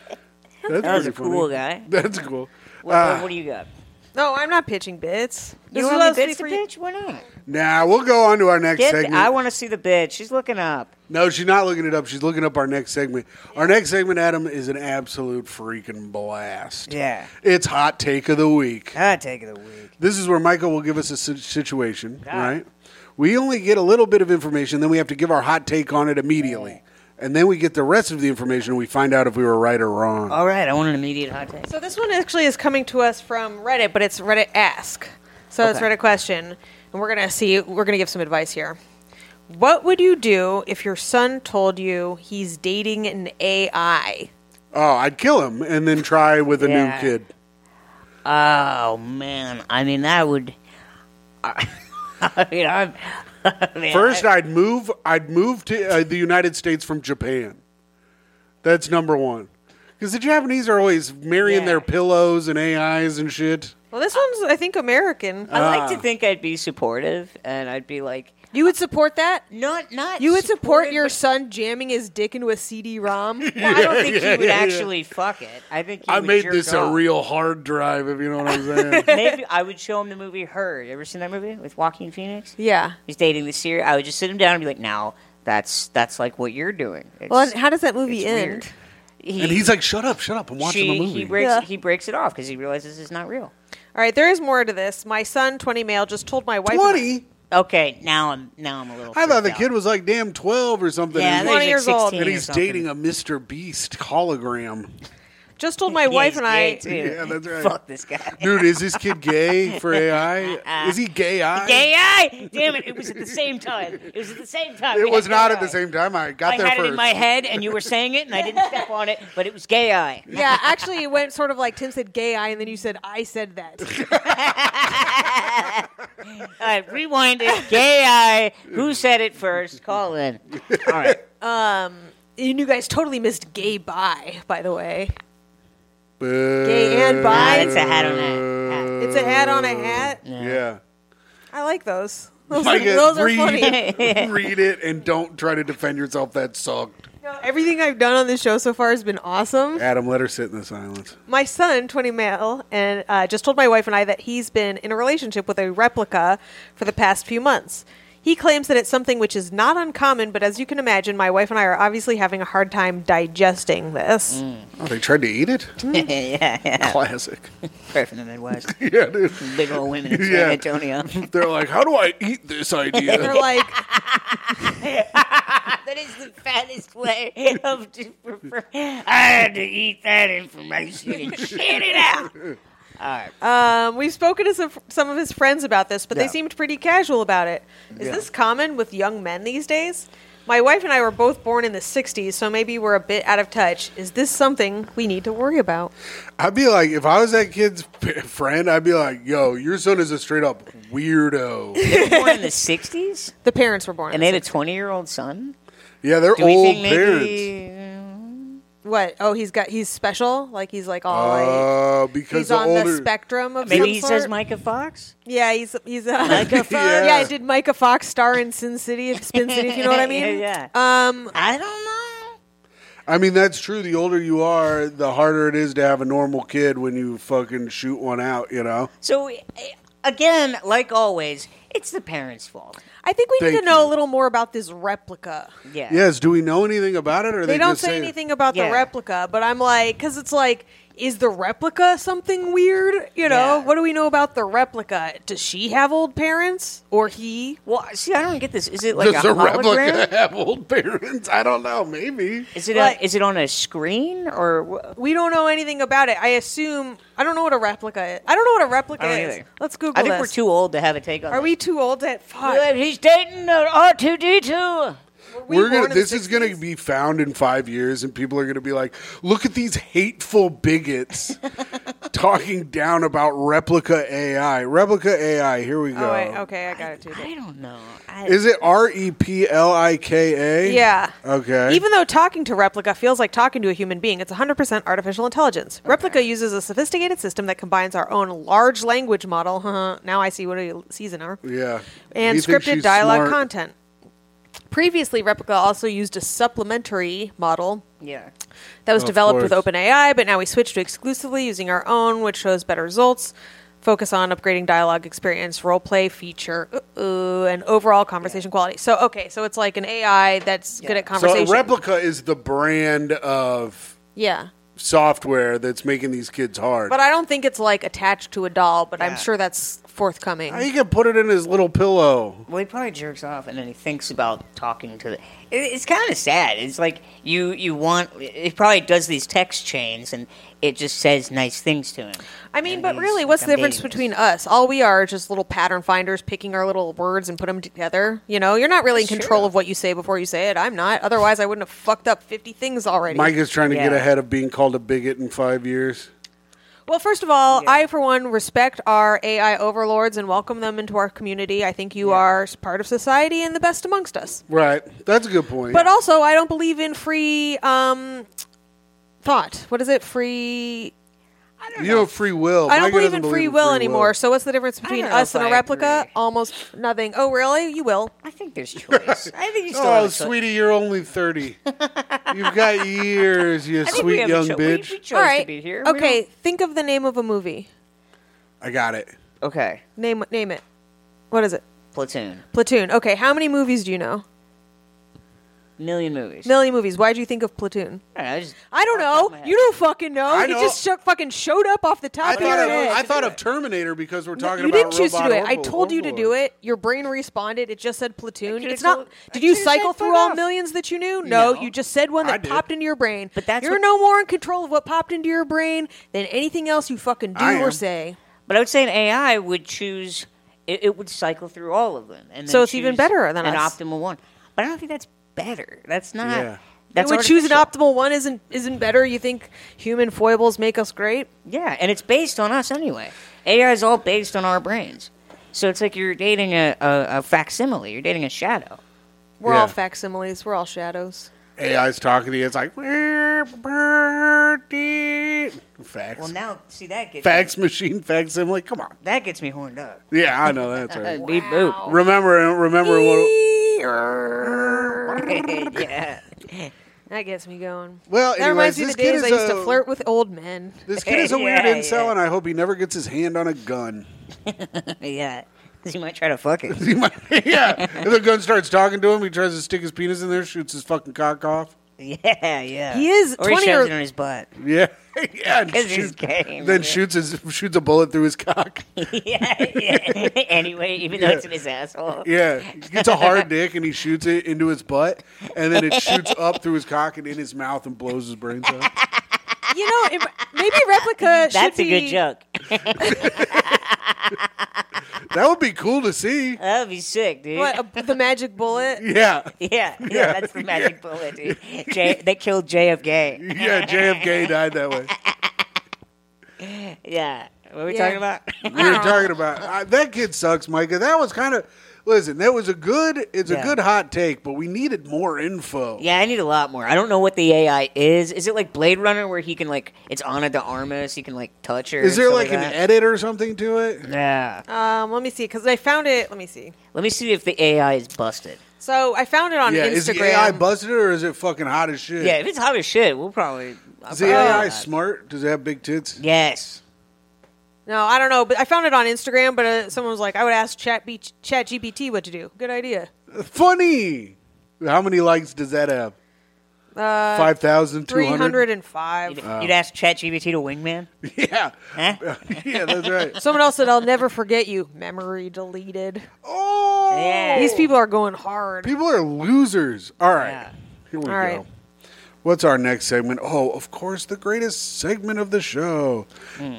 was
pretty
a
funny.
cool guy.
That's cool.
What, what do you got?
No, I'm not pitching bits.
You
This is
don't
what
have
I
any bits
was
to
for you-
pitch? Why not?
Now we'll go on to our next
Get,
segment.
I want to see the bit. She's looking up.
No, she's not looking it up. She's looking up our next segment. Our next segment, Adam, is an absolute freaking blast.
Yeah.
It's hot take of the week.
I take it a week.
This is where Michael will give us a si- situation,
Ah.
right? We only get a little bit of information, then we have to give our hot take on it immediately. And then we get the rest of the information and we find out if we were right or wrong.
All right, I want an immediate hot take.
So this one actually is coming to us from Reddit, but it's Reddit Ask. So it's
Okay.
Reddit question, and we're gonna see. We're gonna give some advice here. What would you do if your son told you he's dating an AI?
Oh, I'd kill him and then try with a
Yeah.
new kid.
Oh man, I mean that would. I mean, I'm. I mean,
First, I'd move. I'd move to uh, the United States from Japan. That's number one, because the Japanese are always marrying
Yeah.
their pillows and AIs and shit.
Well, this one's I think American.
I, I like to think I'd be supportive, and I'd be like,
you would support that?
not not.
You would support
supportive,
your
but-
son jamming his dick into a CD-ROM?
Well, I don't think he would
yeah, yeah.
actually fuck it. I think he
I
would
made
jerk
this a
off.
real hard drive, if you know what I'm saying.
Maybe I would show him the movie Her. You ever seen that movie with Joaquin Phoenix?
yeah.
He's dating this year. I would just sit him down and be like, now that's that's like what you're doing. It's,
Well, and how does that movie
it's
end?
weird. he,
And he's like, "Shut up, shut up! I'm watching
she,
the movie."
He breaks,
Yeah.
he breaks it off because he realizes it's not real.
All right, there is more to this. My son, 20 male, just told my wife.
Twenty.
Okay, now I'm now I'm a little.
I thought
freaked
the
out.
kid was like damn twelve or something.
yeah, I
and
thought he
20
was,
years
like
old.
16
and
or
he's
something.
dating a Mr. Beast hologram.
Just told my
Yeah,
wife
he's
and
gay,
I.
too.
Yeah, that's right.
Fuck this guy.
Dude, is this kid gay for AI? Is he gay? I?
Gay eye! Damn it! It was at the same time. It was at the same time.
It
We
was
had
not
gay
at the
eye.
same time. I got
I
there
had
first.
it in my head, and you were saying it, and I didn't step on it, but it was gay eye.
Yeah, actually, it went sort of like Tim said gay eye, and then you said I said that.
All right, Uh, rewind it. Gay eye. Who said it first? Call in. All right.
And you guys totally missed gay bye, by the way.
Gay
and bi?
Ah, that's a hat on a hat.
It's a hat on a hat.
Yeah.
I like those. Those, are,
Micah,
those are
read,
funny.
read it and don't try to defend yourself. That sucked.
Everything I've done on this show so far has been awesome.
Adam, let her sit in the silence.
My son, 20 male, and uh, just told my wife and I that he's been in a relationship with a replica for the past few months. He claims that it's something which is not uncommon, but as you can imagine, my wife and I are obviously having a hard time digesting this.
Oh, they tried to eat it?
yeah, yeah.
Classic.
Perfect in the Midwest.
Yeah, dude.
Big old women in San
Yeah.
Antonio.
They're like, how do I eat this
They're
idea?
like,
that is the fattest way of. just- I had to eat that information and shit it out.
um, we've spoken to some, some of his friends about this, but they
Yeah.
seemed pretty casual about it. Is
Yeah.
this common with young men these days? My wife and I were both born in the 60s, so maybe we're a bit out of touch. Is this something we need to worry about?
I'd be like, if I was that kid's p- friend, I'd be like, yo, your son is a straight up weirdo.
They were born in the '60s,
The parents were
and
born. in
they had
the
a 20-year-old son.
Yeah, they're
Do we
old
think
parents.
maybe?
What? Oh, he's got he's special. Like he's like all like
Uh, because
he's
the
on
older,
the spectrum of
Maybe
some
he
sort.
says Micah Fox.
Yeah, he's he's uh,
Micah Fox.
Yeah.
Yeah.
did Micah Fox star in Sin City? If Spin City, if you know what I mean.
Yeah,
Um,
I don't
I mean, that's true. The older you are, the harder it is to have a normal kid when you fucking shoot one out, you know?
know. So eh, again, like always, it's the parents' fault.
I think we need
Thank
to know
you.
a little more about this replica.
Yeah.
Yes. Do we know anything about it, or
They,
they,
don't
just
say
say
anything about
Yeah.
the replica, but I'm like, because it's like, is the replica something weird? You know,
Yeah.
what do we know about the replica? Does she have old parents or he?
Well, see, I don't get this. Is it like
Does
a
a
hologram?
replica have old parents? I don't know. Maybe.
Is it
Like-
a, is it on a screen or wh-
We don't know anything about it. I assume I don't know what a replica is. I don't know what a replica
I don't
is.
either.
Let's Google
I think
this.
we're too old to have a take on.
Are we
this.
too old to
Well,
fuck?
He's dating R two D two.
Were we
We're
born
gonna.
in the
This is gonna
60s?
be found in five years, and people are gonna be like, "Look at these hateful bigots talking down about replica AI. Replica AI. Here we go.
Oh wait, okay, I got it too.
I don't know. I,
Is it R E P L I K A?
Yeah.
Okay.
Even though talking to Replica feels like talking to a human being, it's 100% artificial intelligence. Replica uses a sophisticated system that combines our own large language model. huh, now I see what a season are.
yeah.
and
You think
scripted
she's
dialogue
smart?
content. Previously, Replica also used a supplementary model
yeah.
that was
Of
developed with
course.
OpenAI, but now we switched to exclusively using our own, which shows better results. Focus on upgrading dialogue experience, role play feature, uh, uh, and overall conversation quality. So, okay, so it's like an AI that's good at
So
conversation.
a replica is the brand of
yeah.
software that's making these kids hard.
But I don't think it's like attached to a doll, but
Yeah.
I'm sure that's forthcoming.
He can put it in his little pillow.
Well, he probably jerks off and then he thinks about talking to the. It, it's kind of sad. It's like you you want. It probably does these text chains and it just says nice things to him.
I mean,
And
but
he's
really, what's
like,
the
"I'm
difference
dating this."
between us? All we are is just little pattern finders picking our little words and put them together. You know, you're not really in control
true.
of what you say before you say it. I'm not. Otherwise, I wouldn't have fucked up 50 things already.
Mike is trying to get
Yeah.
ahead of being called a bigot in five years.
Well, first of all, I, for one, respect our AI overlords and welcome them into our community. I think you are s- part of society and the best amongst us.
Right. That's a good point.
But also, I don't believe in free um, thought. What is it? Free.
I don't
you
know.
have free will.
I don't
Micah
believe
doesn't
in free will anymore. So, what's the difference between
know
us
if
and a
I
replica?
agree.
Almost nothing. Oh, really? You will.
I think there's choice. I think you still have
Oh,
a choice.
sweetie, you're only 30. You've got years, you
I think we
sweet
have a
young
cho- we-
bitch.
We, chose
All right.
to be here. We
Okay. Think of the name of a movie.
I got it.
don't- Okay.
Name name it. What is it?
Platoon.
Platoon. Okay. How many movies do you know?
Million movies.
Million movies. Why'd you think of Platoon?
I don't know, Oh, I just-
I
off
don't
the top of my
know.
head.
You don't fucking know.
I
You
know.
just sho- fucking showed up off the top
I
of your
thought of,
head.
I thought of Terminator because we're
No,
talking
you
about
didn't choose to
robot
do it. I
overlord-
told you to do
overlords.
it. Your brain responded. It just said platoon.
could've
It's not.
told- I
did you
could've
cycle
said
through
fuck
all
off.
millions that you knew? No,
No.
you just said one
I
that
did.
popped into your brain.
But that's
you're
what-
no more in control of what popped into your brain than anything else you fucking do
I
or
am.
say.
But I would say an AI would choose. It, it would cycle through all of them, and
So
then
it's even
choose
better than
an
us.
optimal one. But I don't think that's better. That's not.
Yeah.
That's
you would choose an
artificial.
optimal one isn't isn't better. You think human foibles make us great?
Yeah, and it's based on us anyway. AI is all based on our brains. So it's like you're dating a, a, a facsimile. You're dating a shadow.
We're
Yeah.
all facsimiles. We're all shadows.
AI's talking to you. It's like fax,
Well, now see that gets
fax machine, fax. I'm like, come on.
that gets me horned up.
Yeah, I know that's right.
Beep boop.
Remember, remember what?
yeah.
That gets me going.
Well,
that reminds
anyways,
me of
this kid
the days
is
I used
a-
to flirt with old men.
This kid is a weird
Yeah,
incel,
yeah.
and I hope he never gets his hand on a gun.
Yeah. Because you might try to fuck it.
He might- yeah, if the gun starts talking to him, he tries to stick his penis in there, shoots his fucking cock off.
Yeah, yeah.
He is
Or he
20
shoves
or-
it in his butt.
Yeah, yeah. and
'Cause he's gay.
Then shoots his shoots a bullet through his cock.
yeah, yeah. anyway, even though it's in his asshole.
Yeah, he gets a hard dick and he shoots it into his butt, and then it shoots up through his cock and in his mouth and blows his brains out.
You know, it, maybe replica should
That's a
be
good joke.
That would be cool to see.
That would be sick, dude.
What a, the magic bullet?
Yeah,
Yeah, yeah, that's the magic bullet, dude. J- they killed JFK.
yeah. JFK died that way.
Yeah. What were we
Yeah.
talking about?
We were talking about I, that kid sucks, Micah. That was kind of listen. That was a good. It's a
Yeah.
good hot take, but we needed more info.
yeah, I need a lot more. I don't know what the AI is. Is it like Blade Runner where he can like it's Ana de Armas, he can like touch her?
Is
and
there
stuff
like an
that?
edit or something to it?
Yeah.
Um, let me see, because I found it. Let me see.
Let me see if the AI is busted.
So I found it on
Yeah,
Instagram.
is the AI busted or is it fucking hot as shit?
Yeah, oh, if it's hot as shit, we'll probably. I'll
Is the
probably
AI
not.
smart? Does it have big tits?
Yes.
no, I don't know, but I found it on Instagram. But uh, someone was like, "I would ask Chat B- Chat GPT what to do." Good idea.
Funny. How many likes does that have? Uh, Five thousand two
Three
hundred.
hundred and five.
You'd, you'd ask ChatGPT to wingman?
Yeah,
Huh?
yeah, that's right.
Someone else said, "I'll never forget you." Memory deleted.
Oh,
Yeah.
These people are going hard.
people are losers. All right,
Yeah.
here we
All
go.
right.
What's our next segment? Oh, of course, the greatest segment of the show.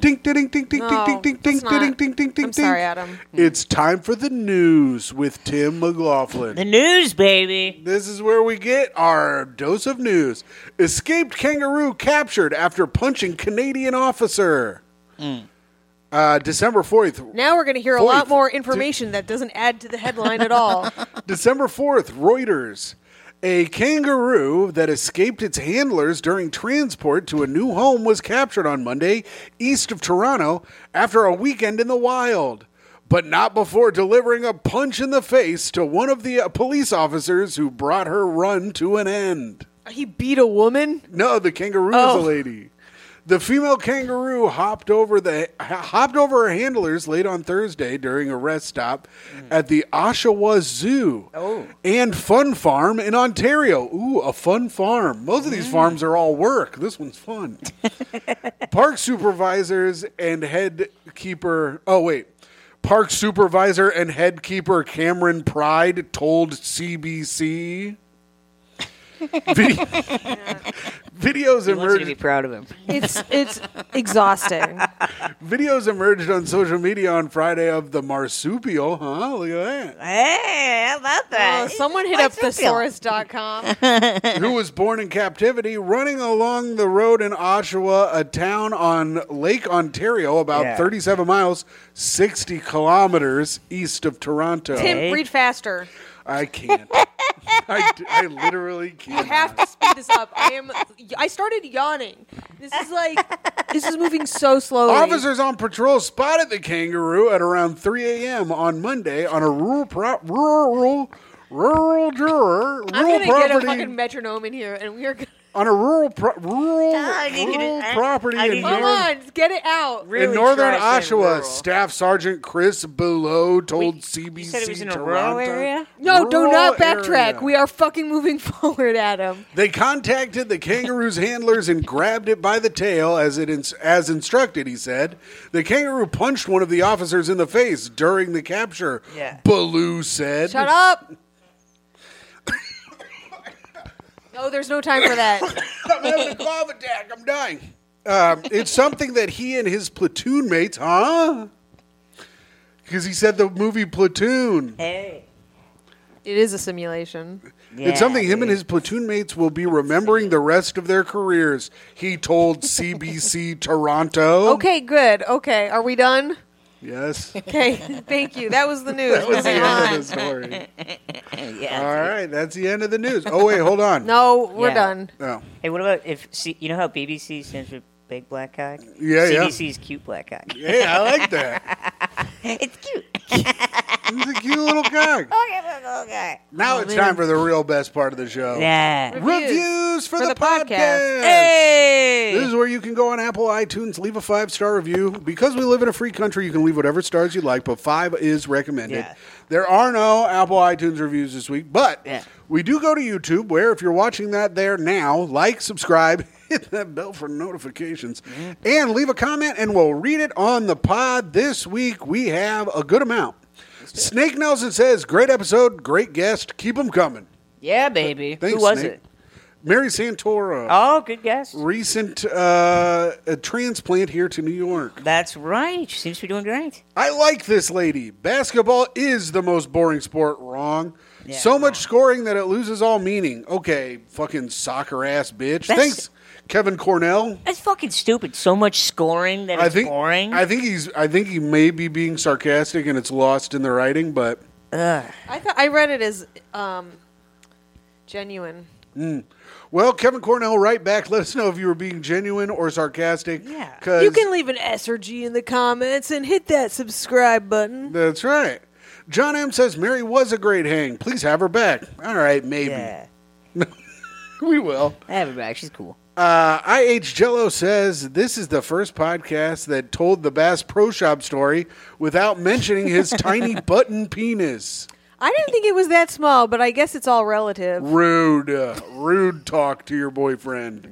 Ding, ding, ding, ding, ding,
Hmm. No,
ding, ding, ding,
it's not.
ding, ding, ding, ding.
I'm sorry, Adam. Hmm.
It's time for the news with Tim McLaughlin.
The news, baby.
This is where we get our dose of news. Escaped kangaroo captured after punching Canadian officer.
Hmm.
Uh, December 4th.
Now we're going to hear a
Fourth.
lot more information that doesn't add to the headline at all.
December 4th, Reuters. A kangaroo that escaped its handlers during transport to a new home was captured on Monday east of Toronto after a weekend in the wild, but not before delivering a punch in the face to one of the uh, police officers who brought her run to an end.
he beat a woman.
No, the kangaroo
Oh.
is a lady. The female kangaroo hopped over the hopped over her handlers late on Thursday during a rest stop at the Oshawa Zoo and Fun Farm in Ontario. Ooh, a fun farm. Most of these farms are all work. This one's fun. Park supervisors and head keeper. Oh wait. Park supervisor and head keeper Cameron Pride told CBC. Video- videos
He wants you to
emerged
be proud of him.
It's it's exhausting.
Videos emerged on social media on Friday of the marsupial. Huh? Look at
Hey, how about that?
Oh, someone hit up
What's it feel?
thesaurus.com.
that. Who was born in captivity, running along the road in Oshawa, a town on Lake Ontario, about
Yeah.
37 miles, 60 kilometers east of Toronto.
Tim, read faster.
I can't. I, d- I literally
You have
can't.
to speed this up. I am. I started yawning. This is like this is moving so slowly.
Officers on patrol spotted the kangaroo at around 3 a.m. on Monday on a rural pro- rural rural juror rural
I'm gonna
property.
get a fucking metronome in here, and we are. Gonna,
on a rural pro- rural,
I need you to-
rural
I-
property
I
in,
need you to-
Come
north-
on, get it out.
Really
in northern
trash and
Oshawa.
rural.
Staff Sergeant Chris Below told
Wait,
CBC
you said it was in a
Toronto.
rural area?
No, do
Rural
not backtrack.
area.
We are fucking moving forward, Adam.
They contacted the kangaroo's handlers and grabbed it by the tail as it ins- as instructed. He said the kangaroo punched one of the officers in the face during the capture.
Yeah.
Baloo said.
Shut up. no, there's no time for that.
I'm having a cough attack. I'm dying. Um, it's something that he and his platoon mates, huh? Because he said the movie Platoon.
Hey.
It is a simulation.
Yeah,
it's something him
dude.
and his platoon mates will be remembering the rest of their careers. He told CBC Toronto.
Okay, good. Okay, are we done?
Yes.
Okay, thank you. That was the news.
That was the
Moving
end
on.
of the story.
Yeah.
All right, that's the end of the news. Oh wait, hold on. Oh.
No, we're
Yeah.
done.
No.
Hey, what about if C- you know how BBC stands for big black cock?
Yeah, yeah.
CBC's cute black cock.
Hey, I like that.
It's cute.
He's a cute little cock.
okay.
Now it's time for the real best part of the show.
Yeah.
Reviews, for, the, podcast.
Hey.
This is where you can go on Apple iTunes, leave a five star review. Because we live in a free country, you can leave whatever stars you like, but five is recommended.
Yeah.
There are no Apple iTunes reviews this week, but
Yeah.
we do go to YouTube, where if you're watching that there now, like, subscribe, hit that bell for notifications, and leave a comment, and we'll read it on the pod. This week, we have a good amount. Snake Nelson says, Great episode, great guest, keep them coming.
yeah, baby.
Thanks,
Who was
Snake.
it?
Mary Santora
Oh, good guess.
recent uh, a transplant here to New York.
That's right. She seems to be doing great.
I like this lady. Basketball is the most boring sport. Wrong.
Yeah,
so much
wrong.
scoring that it loses all meaning. Okay, fucking soccer ass bitch.
That's-
Thanks, Kevin Cornell.
That's fucking stupid. So much scoring that it's
I think
boring.
I think he's I think he may be being sarcastic and it's lost in the writing, but
I thought I read it as um, genuine.
well, Kevin Cornell, right back. Let us know if you were being genuine or sarcastic.
Yeah.
'cause-
You can leave an S or G in the comments and hit that subscribe button.
That's right. John M says Mary was a great hang. Please have her back. All right, maybe.
yeah.
We will.
I have her back. She's cool.
Uh, IH Jello says this is the first podcast that told the Bass Pro Shop story without mentioning his tiny button penis.
I didn't think it was that small, but I guess it's all relative.
Rude, uh, rude talk to your boyfriend.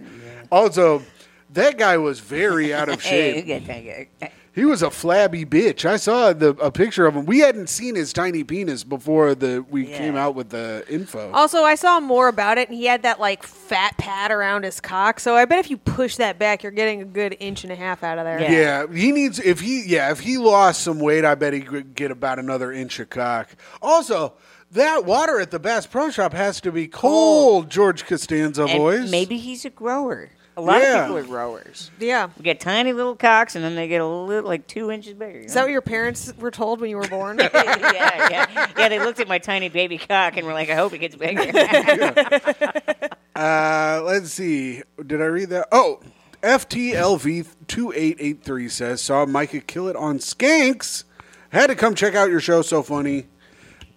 Also, that guy was very out of
Hey,
shape.
good, thank you.
He was a flabby bitch. I saw the a picture of him. We hadn't seen his tiny penis before the we
Yeah.
came out with the info.
Also, I saw more about it, and he had that like fat pad around his cock. So I bet if you push that back, you're getting a good inch and a half out of there.
Yeah.
Yeah, he needs if he yeah if he lost some weight, I bet he could get about another inch of cock. Also, that water at the Bass Pro Shop has to be cold. George Costanza
And
voice.
maybe he's a grower. A lot
Yeah.
of people are growers.
Yeah.
We get tiny little cocks, and then they get a little, like two inches bigger. you
Is
know?
that what your parents were told when you were born?
yeah, yeah, yeah. They looked at my tiny baby cock and were like, "I hope it gets bigger."
Uh, let's see. Did I read that? Oh, FTLV two eight eight three says saw Micah kill it on Skanks. Had to come check out your show. So funny.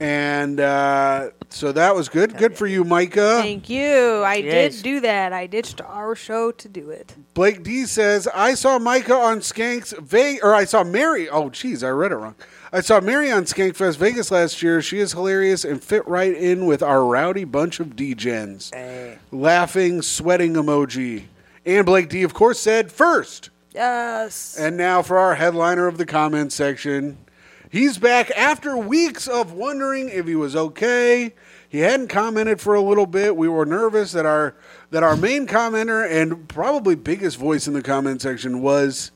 And uh, so that was good. Good for you, Micah.
Thank you. I
Yes.
did do that. I ditched our show to do it.
Blake D says, I saw Micah on Skanks Vegas, or I saw Mary. Oh, geez, I read it wrong. I saw Mary on Skankfest Vegas last year. She is hilarious and fit right in with our rowdy bunch of D-gens. Laughing, sweating emoji. And Blake D, of course, said first.
Yes.
And now for our headliner of the comment section. He's back after weeks of wondering if he was okay. He hadn't commented for a little bit. We were nervous that our that our main commenter and probably biggest voice in the comment section was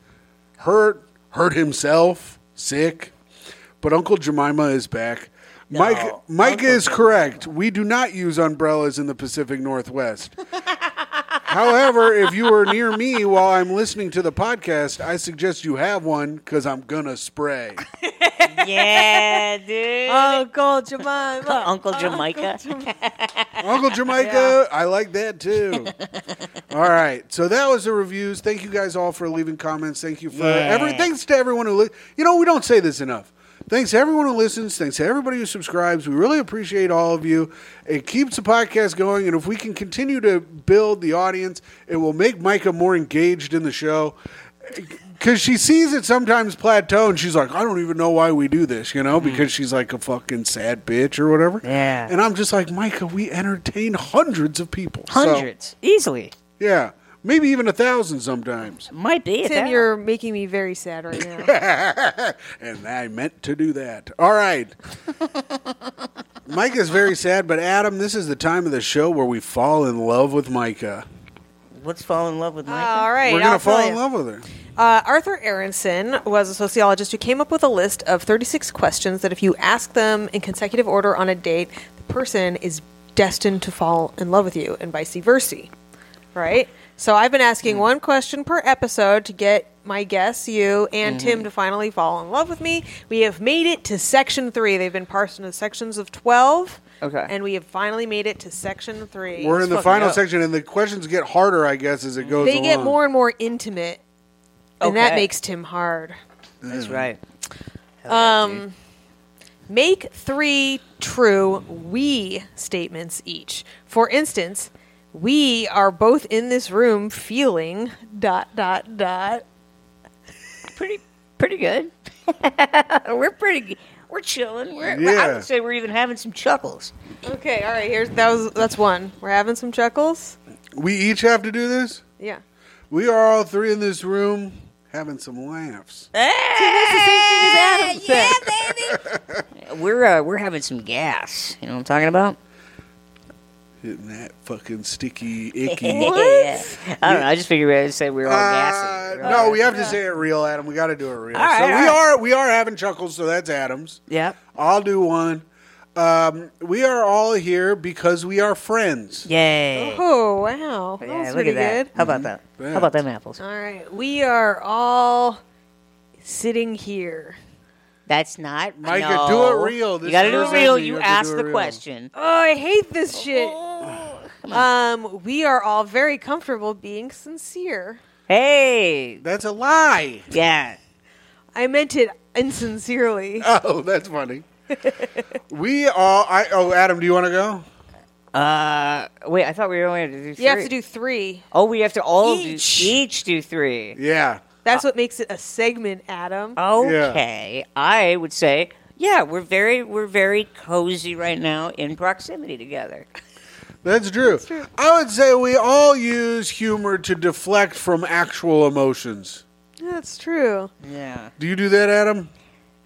hurt, hurt himself, sick. But Uncle Jemima is back. Mike Mike is correct. We do not use umbrellas in the Pacific Northwest. However, if you are near me while I'm listening to the podcast, I suggest you have one because I'm gonna spray.
yeah, dude.
Uncle Jemima.
Uncle Jamaica.
Uncle Jamaica, I like that too. all right, so that was the reviews. Thank you guys all for leaving comments. Thank you for
Yeah.
every. Thanks to everyone who. Li- you know, we don't say this enough. Thanks to everyone who listens. Thanks to everybody who subscribes. We really appreciate all of you. It keeps the podcast going, and if we can continue to build the audience, it will make Micah more engaged in the show. Because she sees it sometimes plateau, and she's like, I don't even know why we do this, you know, because she's like a fucking sad bitch or whatever.
Mm-hmm. Yeah.
And I'm just like, Micah, we entertain hundreds of people. So,
Hundreds. Easily.
yeah. Maybe even a thousand sometimes.
Might be. at
Tim,
that.
you're making me very sad right now.
And I meant to do that. All right. Micah's very sad, but Adam, this is the time of the show where we fall in love with Micah.
Let's fall in love with Micah.
All right,
We're gonna
I'll tell
fall in
you.
love with her.
Uh, Arthur Aronson was a sociologist who came up with a list of 36 questions that if you ask them in consecutive order on a date, the person is destined to fall in love with you and vice versa. Right? So I've been
Hmm.
asking one question per episode to get my guests, you, and
Mm-hmm.
Tim to finally fall in love with me. We have made it to section three. They've been parsed into sections of 12.
Okay.
And we have finally made it to section three.
We're in the
fucking
final
up.
section, and the questions get harder, I guess, as it goes.
they get
along.
more and more intimate. And that
Okay.
makes Tim hard.
That's right.
Um, Make three true we statements each. For instance, we are both in this room feeling dot dot dot.
pretty pretty good. we're pretty. g- We're chilling. We're, I
Yeah.
would say we're even having some chuckles.
Okay, all right. Here's that was that's one. We're having some chuckles.
We each have to do this.
Yeah.
We are all three in this room having some laughs.
Eh.
We're uh, we're having some gas. You know what I'm talking about?
Hitting that fucking sticky, icky.
What?
I don't know. I just figured I'd say we were all
Uh,
gassing. We're all
no, we
gassing.
have to say it real, Adam. We got to do it real.
All right,
so
all
we
right.
are we are having chuckles. So that's Adam's.
Yep.
I'll do one. Um, we are all here because we are friends.
Yay.
Oh wow, that
Yeah,
was
look
pretty
at that.
good.
How about that?
Yeah.
How about them apples?
All right, we are all sitting here.
That's not.
Micah,
no.
do it real. This
you gotta do
is
it real.
amazing.
You,
You have to
ask
do it
the
real.
question.
Oh, I hate this shit.
Oh,
Um, we are all very comfortable being sincere.
Hey.
That's a lie.
Yeah.
I meant it insincerely.
Oh, that's funny. we all. I, oh, Adam, do you want to go?
Uh, wait. I thought we were only gonna do. Three.
you have to do three.
Oh, we have to all
Each.
do each do three.
Yeah.
That's what makes it a segment, Adam.
Okay, I would say, yeah, we're very we're very cozy right now in proximity together.
That's true. I would say we all use humor to deflect from actual emotions.
That's true.
Yeah,
Do you do that, Adam?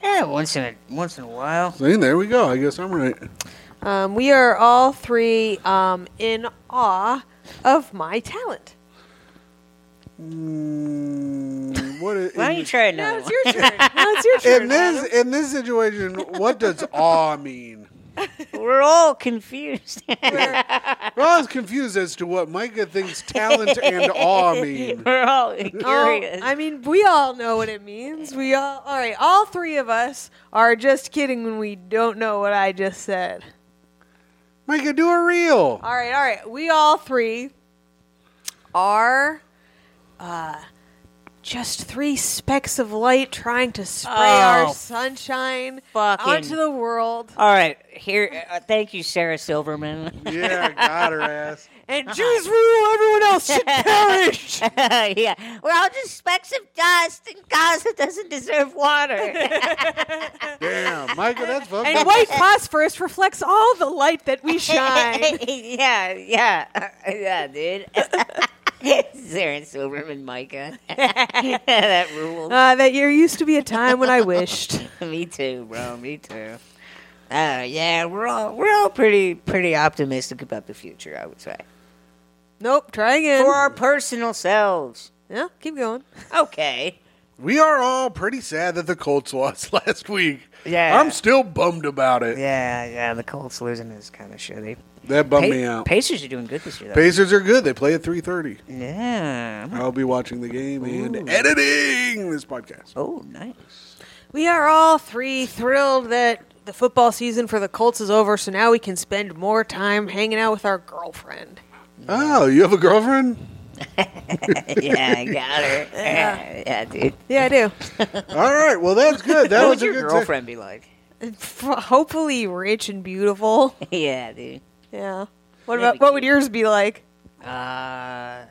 yeah, once in a once in a while.
See, there we go. I guess I'm right.
Um, we are all three um, in awe of my talent.
Mm, what is,
Why don't you try
Now
another one?
it's your turn. Now it's your turn.
in this
Adam.
in this situation? What does awe mean?
We're all confused.
We're always confused as to what Micah thinks talent and awe mean.
we're all
Oh,
curious.
I mean, we all know what it means. We all, all right, all three of us are just kidding when we don't know what I just said.
Micah, do a reel.
All right, all right. We all three are uh, just three specks of light trying to spray
Oh,
our sunshine
fucking-
onto the world.
all right, here. Uh, thank you, Sarah Silverman.
Yeah, got her ass.
And Jews rule, everyone else should perish.
yeah, we're all just specks of dust, and Gaza doesn't deserve water.
Damn, Micah, that's fucking.
and white phosphorus reflects all the light that we shine.
yeah, yeah, yeah, dude. Sarah Silverman, Micah. that rules.
Uh, that year used to be a time when I wished.
Me too, bro. Me too. Uh, yeah, we're all we're all pretty pretty optimistic about the future. I would say
Nope, try again.
for our personal selves.
yeah, keep going.
Okay.
we are all pretty sad that the Colts lost last week.
Yeah.
I'm still bummed about it.
Yeah, yeah. The Colts losing is kind of shitty.
That bummed me out.
Pacers are doing good this year, though.
Pacers are good. They play at 3:30.
yeah.
I'll be watching the game and editing this podcast.
Oh, nice.
We are all three thrilled that the football season for the Colts is over, so now we can spend more time hanging out with our girlfriend.
Oh, you have a girlfriend?
yeah, I got her. Yeah, dude.
Yeah, I do.
All right. Well, that's good. That
what
was
would
a
your
good se-
girlfriend be like?
F- Hopefully, rich and beautiful.
yeah, dude.
Yeah. What
That'd
about
be
what would
cute.
yours be like?
Uh, I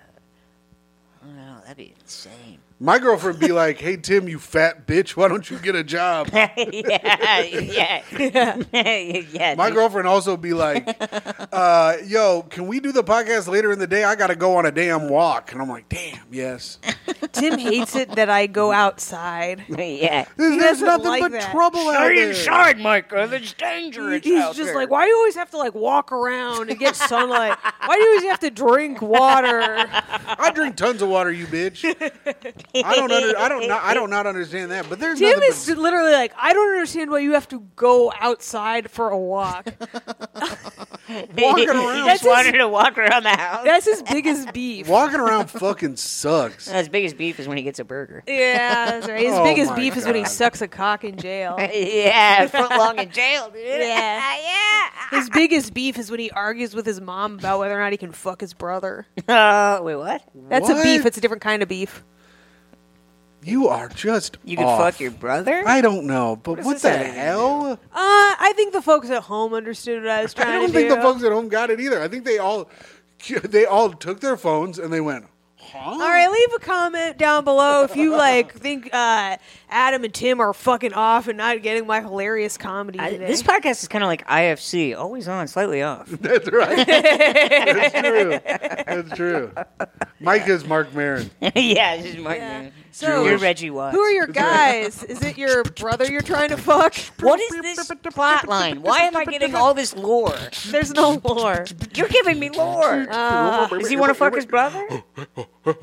don't know. That'd be insane.
My girlfriend be like, "Hey Tim, you fat bitch, why don't you get a job?"
yeah, yeah, yeah.
My
dude.
girlfriend also be like, uh, "Yo, can we do the podcast later in the day? I gotta go on a damn walk." And I'm like, "Damn, yes."
Tim hates it that I go outside.
yeah.
There's, there's
doesn't
nothing
like
but
that.
trouble out there.
Micah. It's dangerous.
He's just like, why do you always have to like walk around and get sunlight? why do you always have to drink water?
I drink tons of water, you bitch. I don't under, I don't not, I don't not understand that. But there's
Tim
nothing
is literally like, I don't understand why you have to go outside for a walk.
walking around.
He just
That's
wanted to walk around the house.
That's his biggest beef.
but walking around fucking sucks.
his biggest beef is when he gets a burger.
Yeah, that's right. His
Oh
biggest
my
beef is when he
God.
sucks a cock in jail.
yeah, foot long in jail, dude.
Yeah.
yeah.
His biggest beef is when he argues with his mom about whether or not he can fuck his brother.
Uh, wait, what?
That's a beef.
What?
It's a different kind of beef.
You are just
You can
off.
fuck your brother?
I don't know, but what
does
the
this have to do?
hell?
Uh, I think the folks at home understood what I was trying
I don't
to
think
do.
the folks at home got it either. I think they all they all took their phones and they went, huh?
All right, leave a comment down below if you like think uh, Adam and Tim are fucking off and not getting my hilarious comedy
I-
today.
this podcast is kind of like IFC, always on, slightly off.
That's right. That's true. That's true. Mike is Mark Marin.
yeah, it's just Martin.
Yeah.
You're
So,
Reggie Watts.
who are your guys? Is it your brother you're trying to fuck?
What is this plot line? Why am I getting all this lore?
There's no more.
You're giving me lore.
Uh,
Does he want to fuck his brother? Does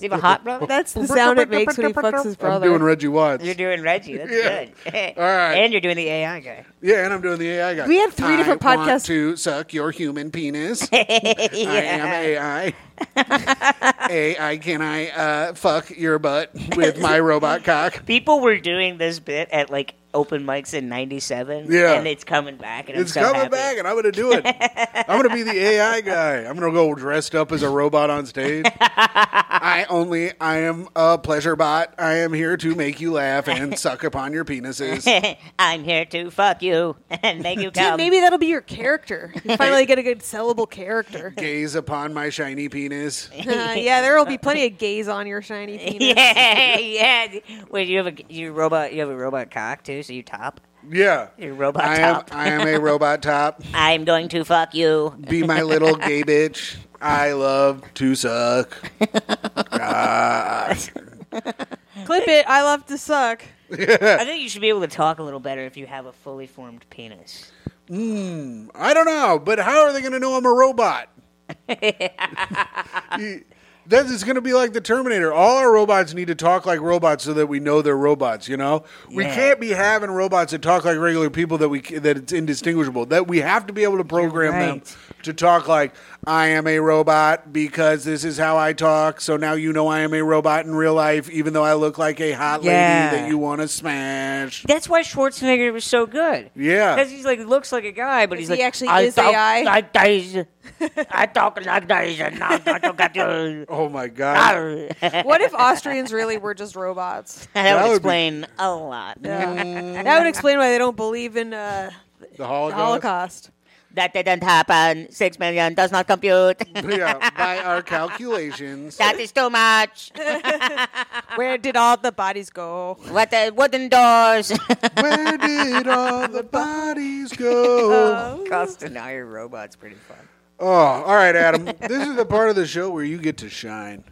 he have a hot brother?
that's the sound it makes when he fucks his
I'm
brother.
doing Reggie Watts.
You're doing Reggie. That's
Yeah.
good.
All right.
And you're doing the AI guy.
Yeah, and I'm doing the AI guy.
We had three
I
different
want
podcasts.
to suck your human penis. I am
yeah.
AI. AI, can I uh, fuck your butt with my robot cock?
People were doing this bit at like open mics in '97.
Yeah.
And it's coming back. And
It's
I'm so
coming
happy.
back, and I'm going to do it. I'm going to be the AI guy. I'm going to go dressed up as a robot on stage. I only, I am a pleasure bot. I am here to make you laugh and suck upon your penises.
I'm here to fuck you and make you
Tim,
come.
maybe that'll be your character. You finally get a good sellable character.
Gaze upon my shiny penis.
Uh, yeah, there will be plenty of gays on your shiny penis.
yeah, yeah. Wait, you have a you robot. You have a robot cock too, so you top.
Yeah.
Your robot
I am,
top.
I am a robot top.
I'm going to fuck you.
Be my little gay bitch. I love to suck.
Clip it. I love to suck.
I think you should be able to talk a little better if you have a fully formed penis.
I don't know, but how are they going to know I'm a robot? You- That is going to be like the Terminator. All our robots need to talk like robots so that we know they're robots. You know, we
Yeah.
can't be having robots that talk like regular people that we ca- that it's indistinguishable. That we have to be able to program them
right.
to talk like I am a robot because this is how I talk. So now you know I am a robot in real life, even though I look like a hot
Yeah.
lady that you want to smash.
That's why Schwarzenegger was so good.
Yeah.
because he's like looks like a guy, but he's
he
like
actually
I
is
talk
AI?
Like this. I talk like this, and I talk like this.
Oh my god!
that
What if Austrians really were just robots?
would
would
be-
explain a lot.
Mm.
That would explain why they don't believe in uh,
The
the
Holocaust.
Holocaust.
That didn't happen. Six million does not compute.
yeah, by our calculations.
that is too much.
Where did all the bodies go?
What the wooden doors?
Where did all the bodies go?
Cost and hire robots pretty fun.
Oh, all right, Adam. This is the part of the show where you get to shine.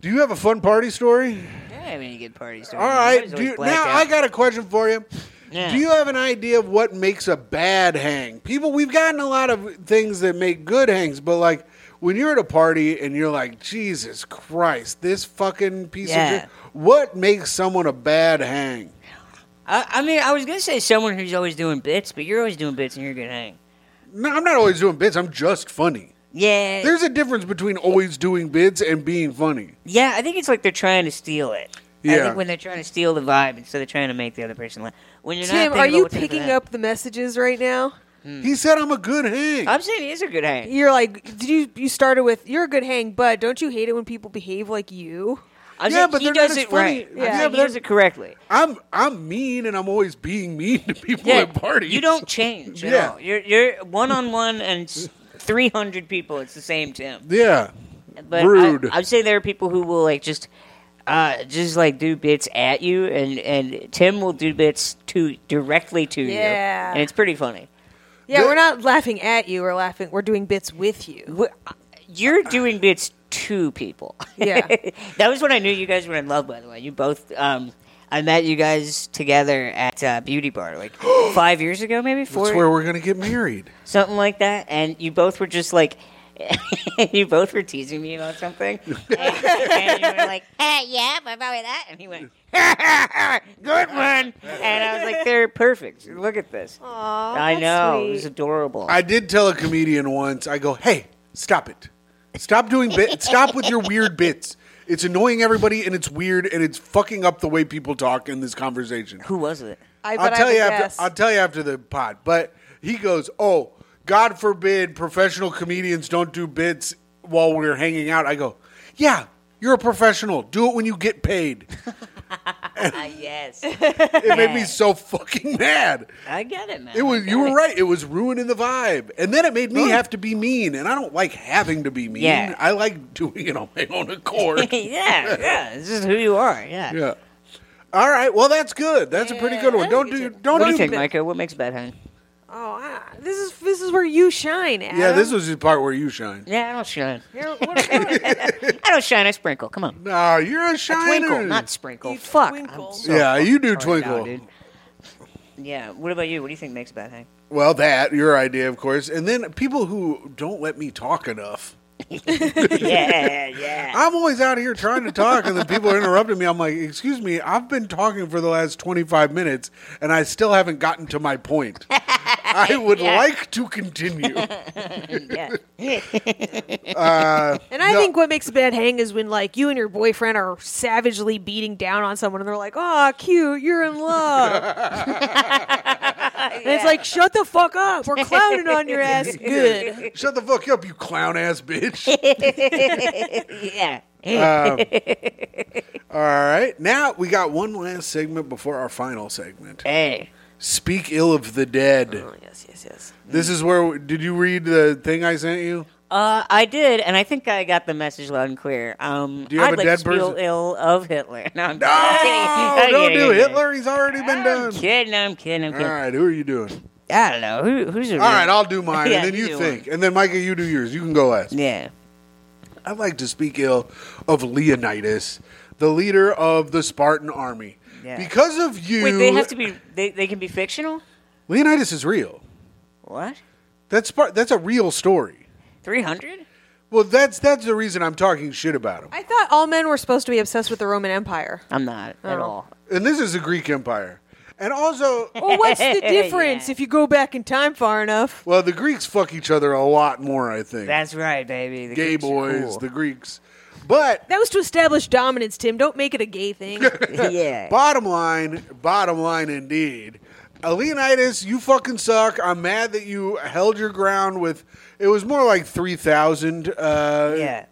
Do you have a fun party story?
I don't have any good parties.
All right. Do you- now I got a question for you.
Yeah.
Do you have an idea of what makes a bad hang? People, we've gotten a lot of things that make good hangs, but like when you're at a party and you're like, Jesus Christ, this fucking piece
Yeah.
of shit. What makes someone a bad hang?
I, I mean, I was gonna say someone who's always doing bits, but you're always doing bits and you're gonna hang.
No, I'm not always doing bits. I'm just funny.
Yeah,
There's a difference between always doing bids and being funny.
yeah. I think it's like they're trying to steal it. I
Yeah.
think when they're trying to steal the vibe instead of trying to make the other person laugh. When you're
Tim,
not
are
thinking about
you
what's in it for
picking
them.
up the messages right now?
He said I'm a good hang.
Hmm. I'm saying he is a good hang.
You're like, did you you started with you're a good hang, but don't you hate it when people behave like you?
I'm
Yeah,
saying
but
he
they're not
does
as
it
funny. Yeah.
right. I'm saying
Yeah, but
he
they're-
does it correctly.
I'm I'm mean and I'm always being mean to people at parties.
You don't change at
Yeah.
all. You're you're one on one and three hundred people. It's the same Tim.
Yeah.
But
Rude.
I, I'd say there are people who will like just. Uh, just like do bits at you, and, and Tim will do bits to directly to you,
Yeah.
and it's pretty funny.
Yeah,
The-
we're not laughing at you. We're laughing. We're doing bits with you.
Wh- You're doing bits to people.
Yeah.
that was when I knew you guys were in love. By the way, you both. Um, I met you guys together at uh, Beauty Bar like five years ago, maybe
That's
four,
where we're gonna get married.
something like that. And you both were just like, you both were teasing me about something, and, and you were like, "Hey, yeah, but about that," and he went. Good one, and I was like, "They're perfect. Look at this."
Aw,
I
that's
know it
sweet.
was adorable.
I did tell a comedian once. I go, "Hey, stop it! Stop doing bit. Stop with your weird bits. It's annoying everybody, and it's weird, and it's fucking up the way people talk in this conversation."
Who was it?
I,
I'll
but
tell
I
you
would
after.
guess.
I'll tell you after the pod. But he goes, "Oh, God forbid, professional comedians don't do bits while we're hanging out." I go, "Yeah, you're a professional. Do it when you get paid."
Uh,
Ah, yes,
It made me so fucking mad.
I get it, man.
It was. You were right. It was ruining the vibe, and then it made me
Right.
have to be mean, and I don't like having to be mean.
Yeah.
I like doing it on my own accord.
yeah, yeah. This is who you are. Yeah.
yeah. All right. Well, that's good. That's a pretty good one.
Yeah,
Don't
that's
do.
a good
Don't
What do
do.
you think, Micah? What makes bad hang?
oh, I, this is this is where you shine. Adam.
yeah, this was the part where you shine.
Yeah, I don't shine.
You're, what, what,
I don't shine. I sprinkle. Come on.
No, you're a
I
shiner.
twinkle, not sprinkle.
You
Fuck.
twinkle.
I'm so
Yeah,
fucking
you do
turned
twinkle.
down, dude. Yeah. What about you? What do you think makes bad hang?
Well, that your idea, of course, and then people who don't let me talk enough.
yeah, yeah.
I'm always out here trying to talk, and then people are interrupting me. I'm like, "Excuse me, I've been talking for the last 25 minutes, and I still haven't gotten to my point. I would like to continue."
yeah.
and I
No.
think what makes a bad hang is when like you and your boyfriend are savagely beating down on someone, and they're like, "Oh, cute, you're in love." and it's like, "Shut the fuck up! We're clowning on your ass." Good.
Shut the fuck up, you clown ass bitch!
Yeah.
Um, All right, now we got one last segment before our final segment.
Hey.
Speak ill of the dead.
Oh, yes, yes, yes.
This is where. Did you read the thing I sent you?
Uh, I did, and I think I got the message loud and clear. Um,
Do you have
I'd
a
like
dead
to spill
person?
ill of Hitler. No, I'm
No, Oh, don't do Hitler. He's already been
I'm
done.
kidding. I'm kidding. I'm
All
kidding.
right, who are you doing?
I don't know. Who, who's a
All right, I'll do mine,
Yeah,
and then
you
you,
do
think, and then Micah, you do yours. You can go last.
Yeah.
I'd like to speak ill of Leonidas, the leader of the Spartan army,
Yeah.
because of you.
Wait, they have to be. They, they can be fictional.
Leonidas is real.
What?
That's Spar- That's a real story.
Three hundred?
Well, that's that's the reason I'm talking shit about him.
I thought all men were supposed to be obsessed with the Roman Empire.
I'm not at
Oh.
all.
And this is the Greek Empire, and also,
Well, what's the difference if you go back in time far enough?
well, the Greeks fuck each other a lot more. I think
That's right, baby. The
gay
Greeks are
boys,
cool.
the Greeks, but
That was to establish dominance, Tim. Don't make it a gay thing.
yeah.
Bottom line, bottom line indeed. Uh, Leonidas, you fucking suck. I'm mad that you held your ground with. It was more like 3,000 uh,
Yeah.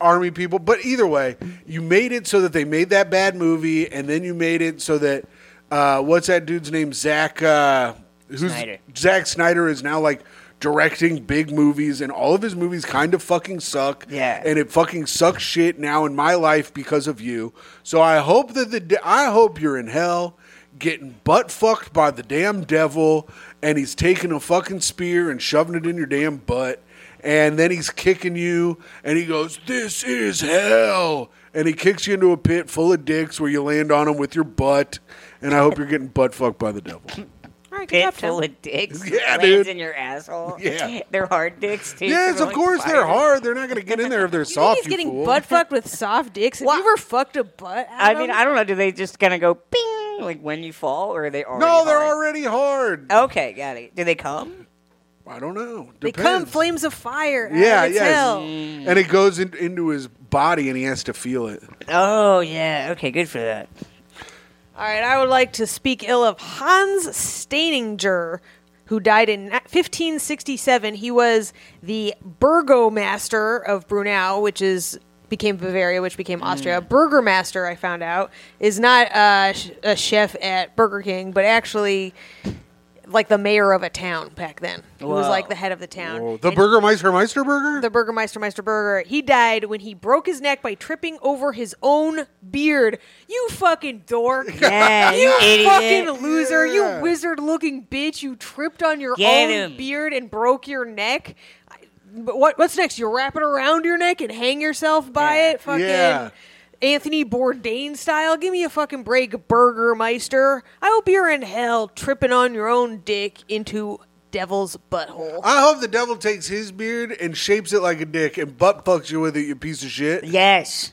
army people. But either way, you made it so that they made that bad movie, and then you made it so that. Uh, what's that dude's name? Zach. Uh, who's,
Snyder.
Zack Snyder is now like directing big movies, and all of his movies kind of fucking suck
Yeah.
and it fucking sucks shit now in my life because of you. So I hope that the de- I hope you're in hell, getting butt fucked by the damn devil, and he's taking a fucking spear and shoving it in your damn butt, and then he's kicking you, and he goes, "This is hell," and he kicks you into a pit full of dicks where you land on him with your butt. And I hope you're getting butt fucked by the devil.
all right, good
Pit
job, Tim.
full of dicks.
Yeah,
lands
dude.
in your asshole.
Yeah.
They're hard dicks too.
Yes,
They're
of
like
course they're
spiders.
hard. They're not going to get in there if they're
You think
soft.
he's
you
getting
fool.
butt fucked with soft dicks? Have
Wha-
you ever fucked a butt?
I
Adam?
mean, I don't know. Do they just kind of go ping like when you fall, or are they already?
No, they're
hard?
already hard.
Okay, got it. Do they come?
I don't know.
They come
Depends.
flames of fire. Adam,
Yeah,
it's
yes.
hell.
And it goes in, into his body, and he has to feel it.
Oh yeah. Okay, good for that.
All right, I would like to speak ill of Hans Steininger, who died in 1567. He was the burgomaster of Brunau, which is became Bavaria, which became
Hmm.
Austria. Burgermaster, I found out, is not uh, sh- a chef at Burger King, but actually like the mayor of a town back then. He was
Wow.
like the head of Oh, the town.
Whoa, the
And
Burgermeister Meister Burger?
the Burgermeister Meister Burger. He died when he broke his neck by tripping over his own beard. You fucking dork.
Yeah,
You
you idiot.
fucking loser.
Yeah.
You wizard looking bitch. You tripped on your
Get
own
him.
beard and broke your neck. I- But what, what's next? You wrap it around your neck and hang yourself by
Yeah.
it? Fucking.
Yeah.
Anthony Bourdain style, give me a fucking break, Burgermeister. I hope you're in hell tripping on your own dick into devil's butthole.
I hope the devil takes his beard and shapes it like a dick and butt fucks you with it, you piece of shit.
Yes.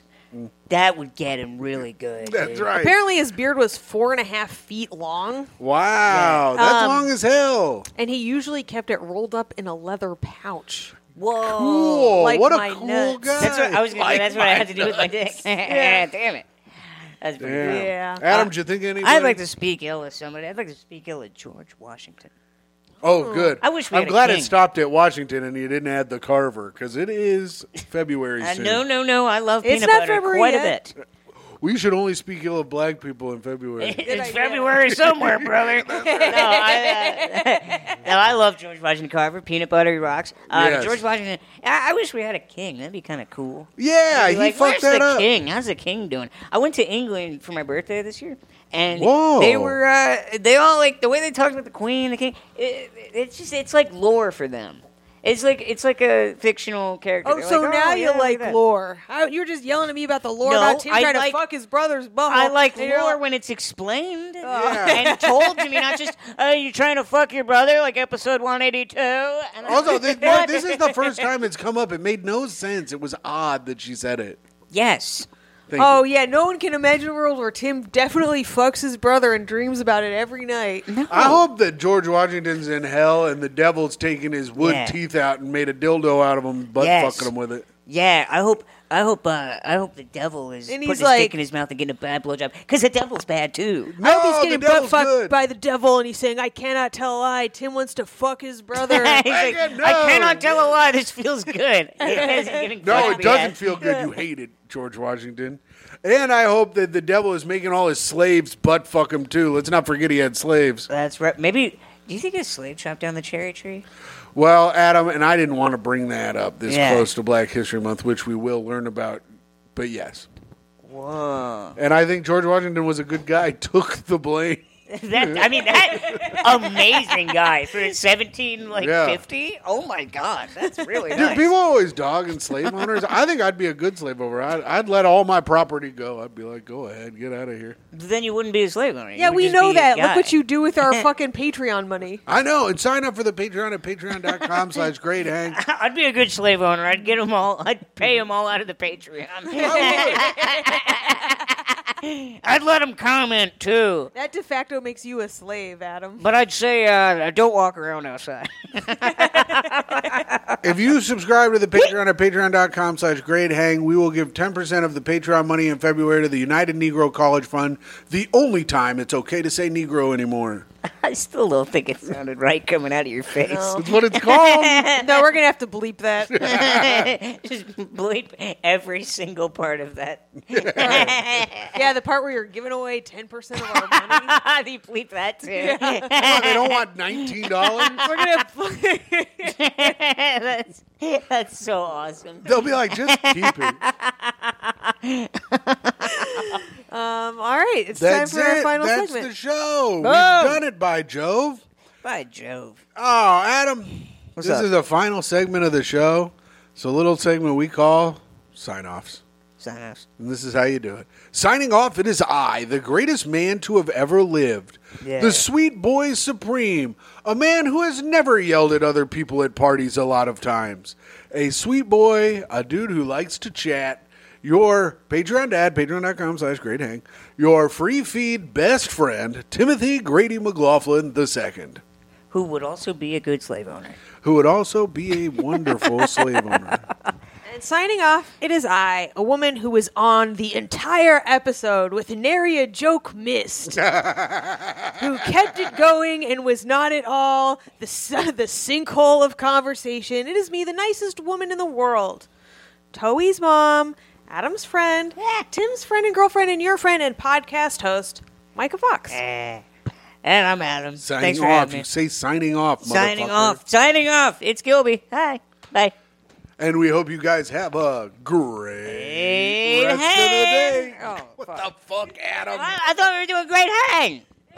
That would get him really good.
Mm. That's
dude.
right.
Apparently, his beard was four and a half feet long,
Wow,
Um,
that's long as hell.
and he usually kept it rolled up in a leather pouch.
Whoa.
Cool.
like
what
my
a cool
nuts.
guy.
That's what I was gonna say.
Like
That's what I
my
had to do with my dick. Damn it. That's pretty
Damn.
cool.
Yeah.
Adam, did you think anything?
Uh, I'd like to speak ill of somebody. I'd like to speak ill of George Washington.
Oh, good.
I wish we
I'm
had a
glad it
king.
stopped at Washington and you didn't add the Carver because it is February
Uh,
soon.
no, no, no. I love
It's
peanut
not
butter
February
quite
yet.
a bit.
We should only speak ill of black people in February.
it's
idea.
February somewhere, brother. no, I, uh, no, I love George Washington Carver. Peanut butter he rocks. Uh,
Yes.
George Washington. I, I wish we had a king. That'd be kind of cool.
yeah,
Be
he
like,
fucked that
Where's the
up.
king? How's the king doing? I went to England for my birthday this year, and
Whoa.
they were uh, they all like the way they talked about the queen, the king. It, it's just it's like lore for them. It's like it's like a fictional character.
Oh,
They're
so now
yeah,
you
look at
like
that.
lore? I, you're just yelling at me about the lore
No,
about Tim
I
trying
like-
to fuck his brother's butthole.
I like
And you're
lore
all-
when it's explained
Yeah.
and told to me, not just "Oh, you trying to fuck your brother," like episode one eighty two.
Also, this, no, this is the first time it's come up. It made no sense. It was odd that she said it.
yes,
Thank you.
Oh yeah, no one can imagine a world where Tim definitely fucks his brother and dreams about it every night.
I hope that George Washington's in hell and the devil's taking his wood
Yeah.
teeth out and made a dildo out of him, butt
Yes.
fucking him with it.
yeah. I hope, I hope, uh, I hope the devil is
And
putting
he's
his
like-
dick in his mouth and getting a bad blowjob because the devil's bad too.
I hope he's
No,
getting
the devil's
butt fucked
good.
by the devil, and he's saying, "I cannot tell a lie." Tim wants to fuck his brother.
He's like,
Megan, no."
I cannot tell a lie. This feels good. He's getting
No,
fucked
it doesn't
bad.
feel good. You hate it, George Washington. And I hope that the devil is making all his slaves butt fuck him too. Let's not forget he had slaves.
That's right. Maybe. Do you think his slave chopped down the cherry tree?
Well, Adam, and I didn't want to bring that up this
Yeah.
close to Black History Month, which we will learn about, but yes.
Whoa!
And I think George Washington was a good guy, took the blame.
That, I mean, that amazing guy for seventeen, like
Yeah.
fifty. Oh my god, that's really
Dude,
nice.
people always dog and slave owners. I think I'd be a good slave owner. I'd, I'd let all my property go. I'd be like, go ahead, get out of here.
then you wouldn't be a slave owner. You
Yeah,
would
we
just
know
be a
that. Look
guy.
what you do with our fucking Patreon money.
I know. And sign up for the Patreon at patreon.com slash great Hank.
I'd be a good slave owner. I'd get them all. I'd pay them all out of the Patreon. I'd let them comment too,
That de facto makes you a slave, Adam.
but I'd say uh, don't walk around outside.
If you subscribe to the Patreon at patreon.com slash grade hang, we will give 10% of the Patreon money in February to the United Negro College Fund, the only time it's okay to say Negro anymore.
I still don't think it sounded right coming out of your face.
That's what it's called.
No, we're gonna have to bleep that.
Just bleep every single part of that.
Yeah, the part where you're giving away ten percent of our money.
you bleep that too.
they don't want $19.
We're gonna.
that's, that's so awesome.
They'll be like, just keep it.
um. All right, it's
That's
time for our
it.
final
That's
segment.
the show. We've
Oh.
done it by Jove.
By Jove.
Oh, Adam. this
up?
is the final segment of the show. It's a little segment we call sign offs.
Sign us.
And this is how you do it. Signing off, it is I, the greatest man to have ever lived.
Yeah.
The sweet boy supreme. A man who has never yelled at other people at parties a lot of times. A sweet boy, a dude who likes to chat. Your Patreon dad, patreon.com slash great hang. Your free feed best friend, Timothy Grady McLaughlin II,
Who would also be a good slave owner.
who would also be a wonderful slave owner.
and signing off, it is I, a woman who was on the entire episode with nary a joke missed, who kept it going and was not at all the, s- the sinkhole of conversation. It is me, the nicest woman in the world. Toey's mom, Adam's friend, Tim's friend and girlfriend, and your friend and podcast host, Micah Fox.
Eh. And I'm Adam.
Signing
Thanks for
off.
having me.
You say signing off,
Signing
motherfucker.
off. Signing off. It's Gilby. Hi. Bye.
And we hope you guys have a great
Great
rest of the
hang. Oh,
day. what the fuck, Adam?
I, I thought we were doing great hang.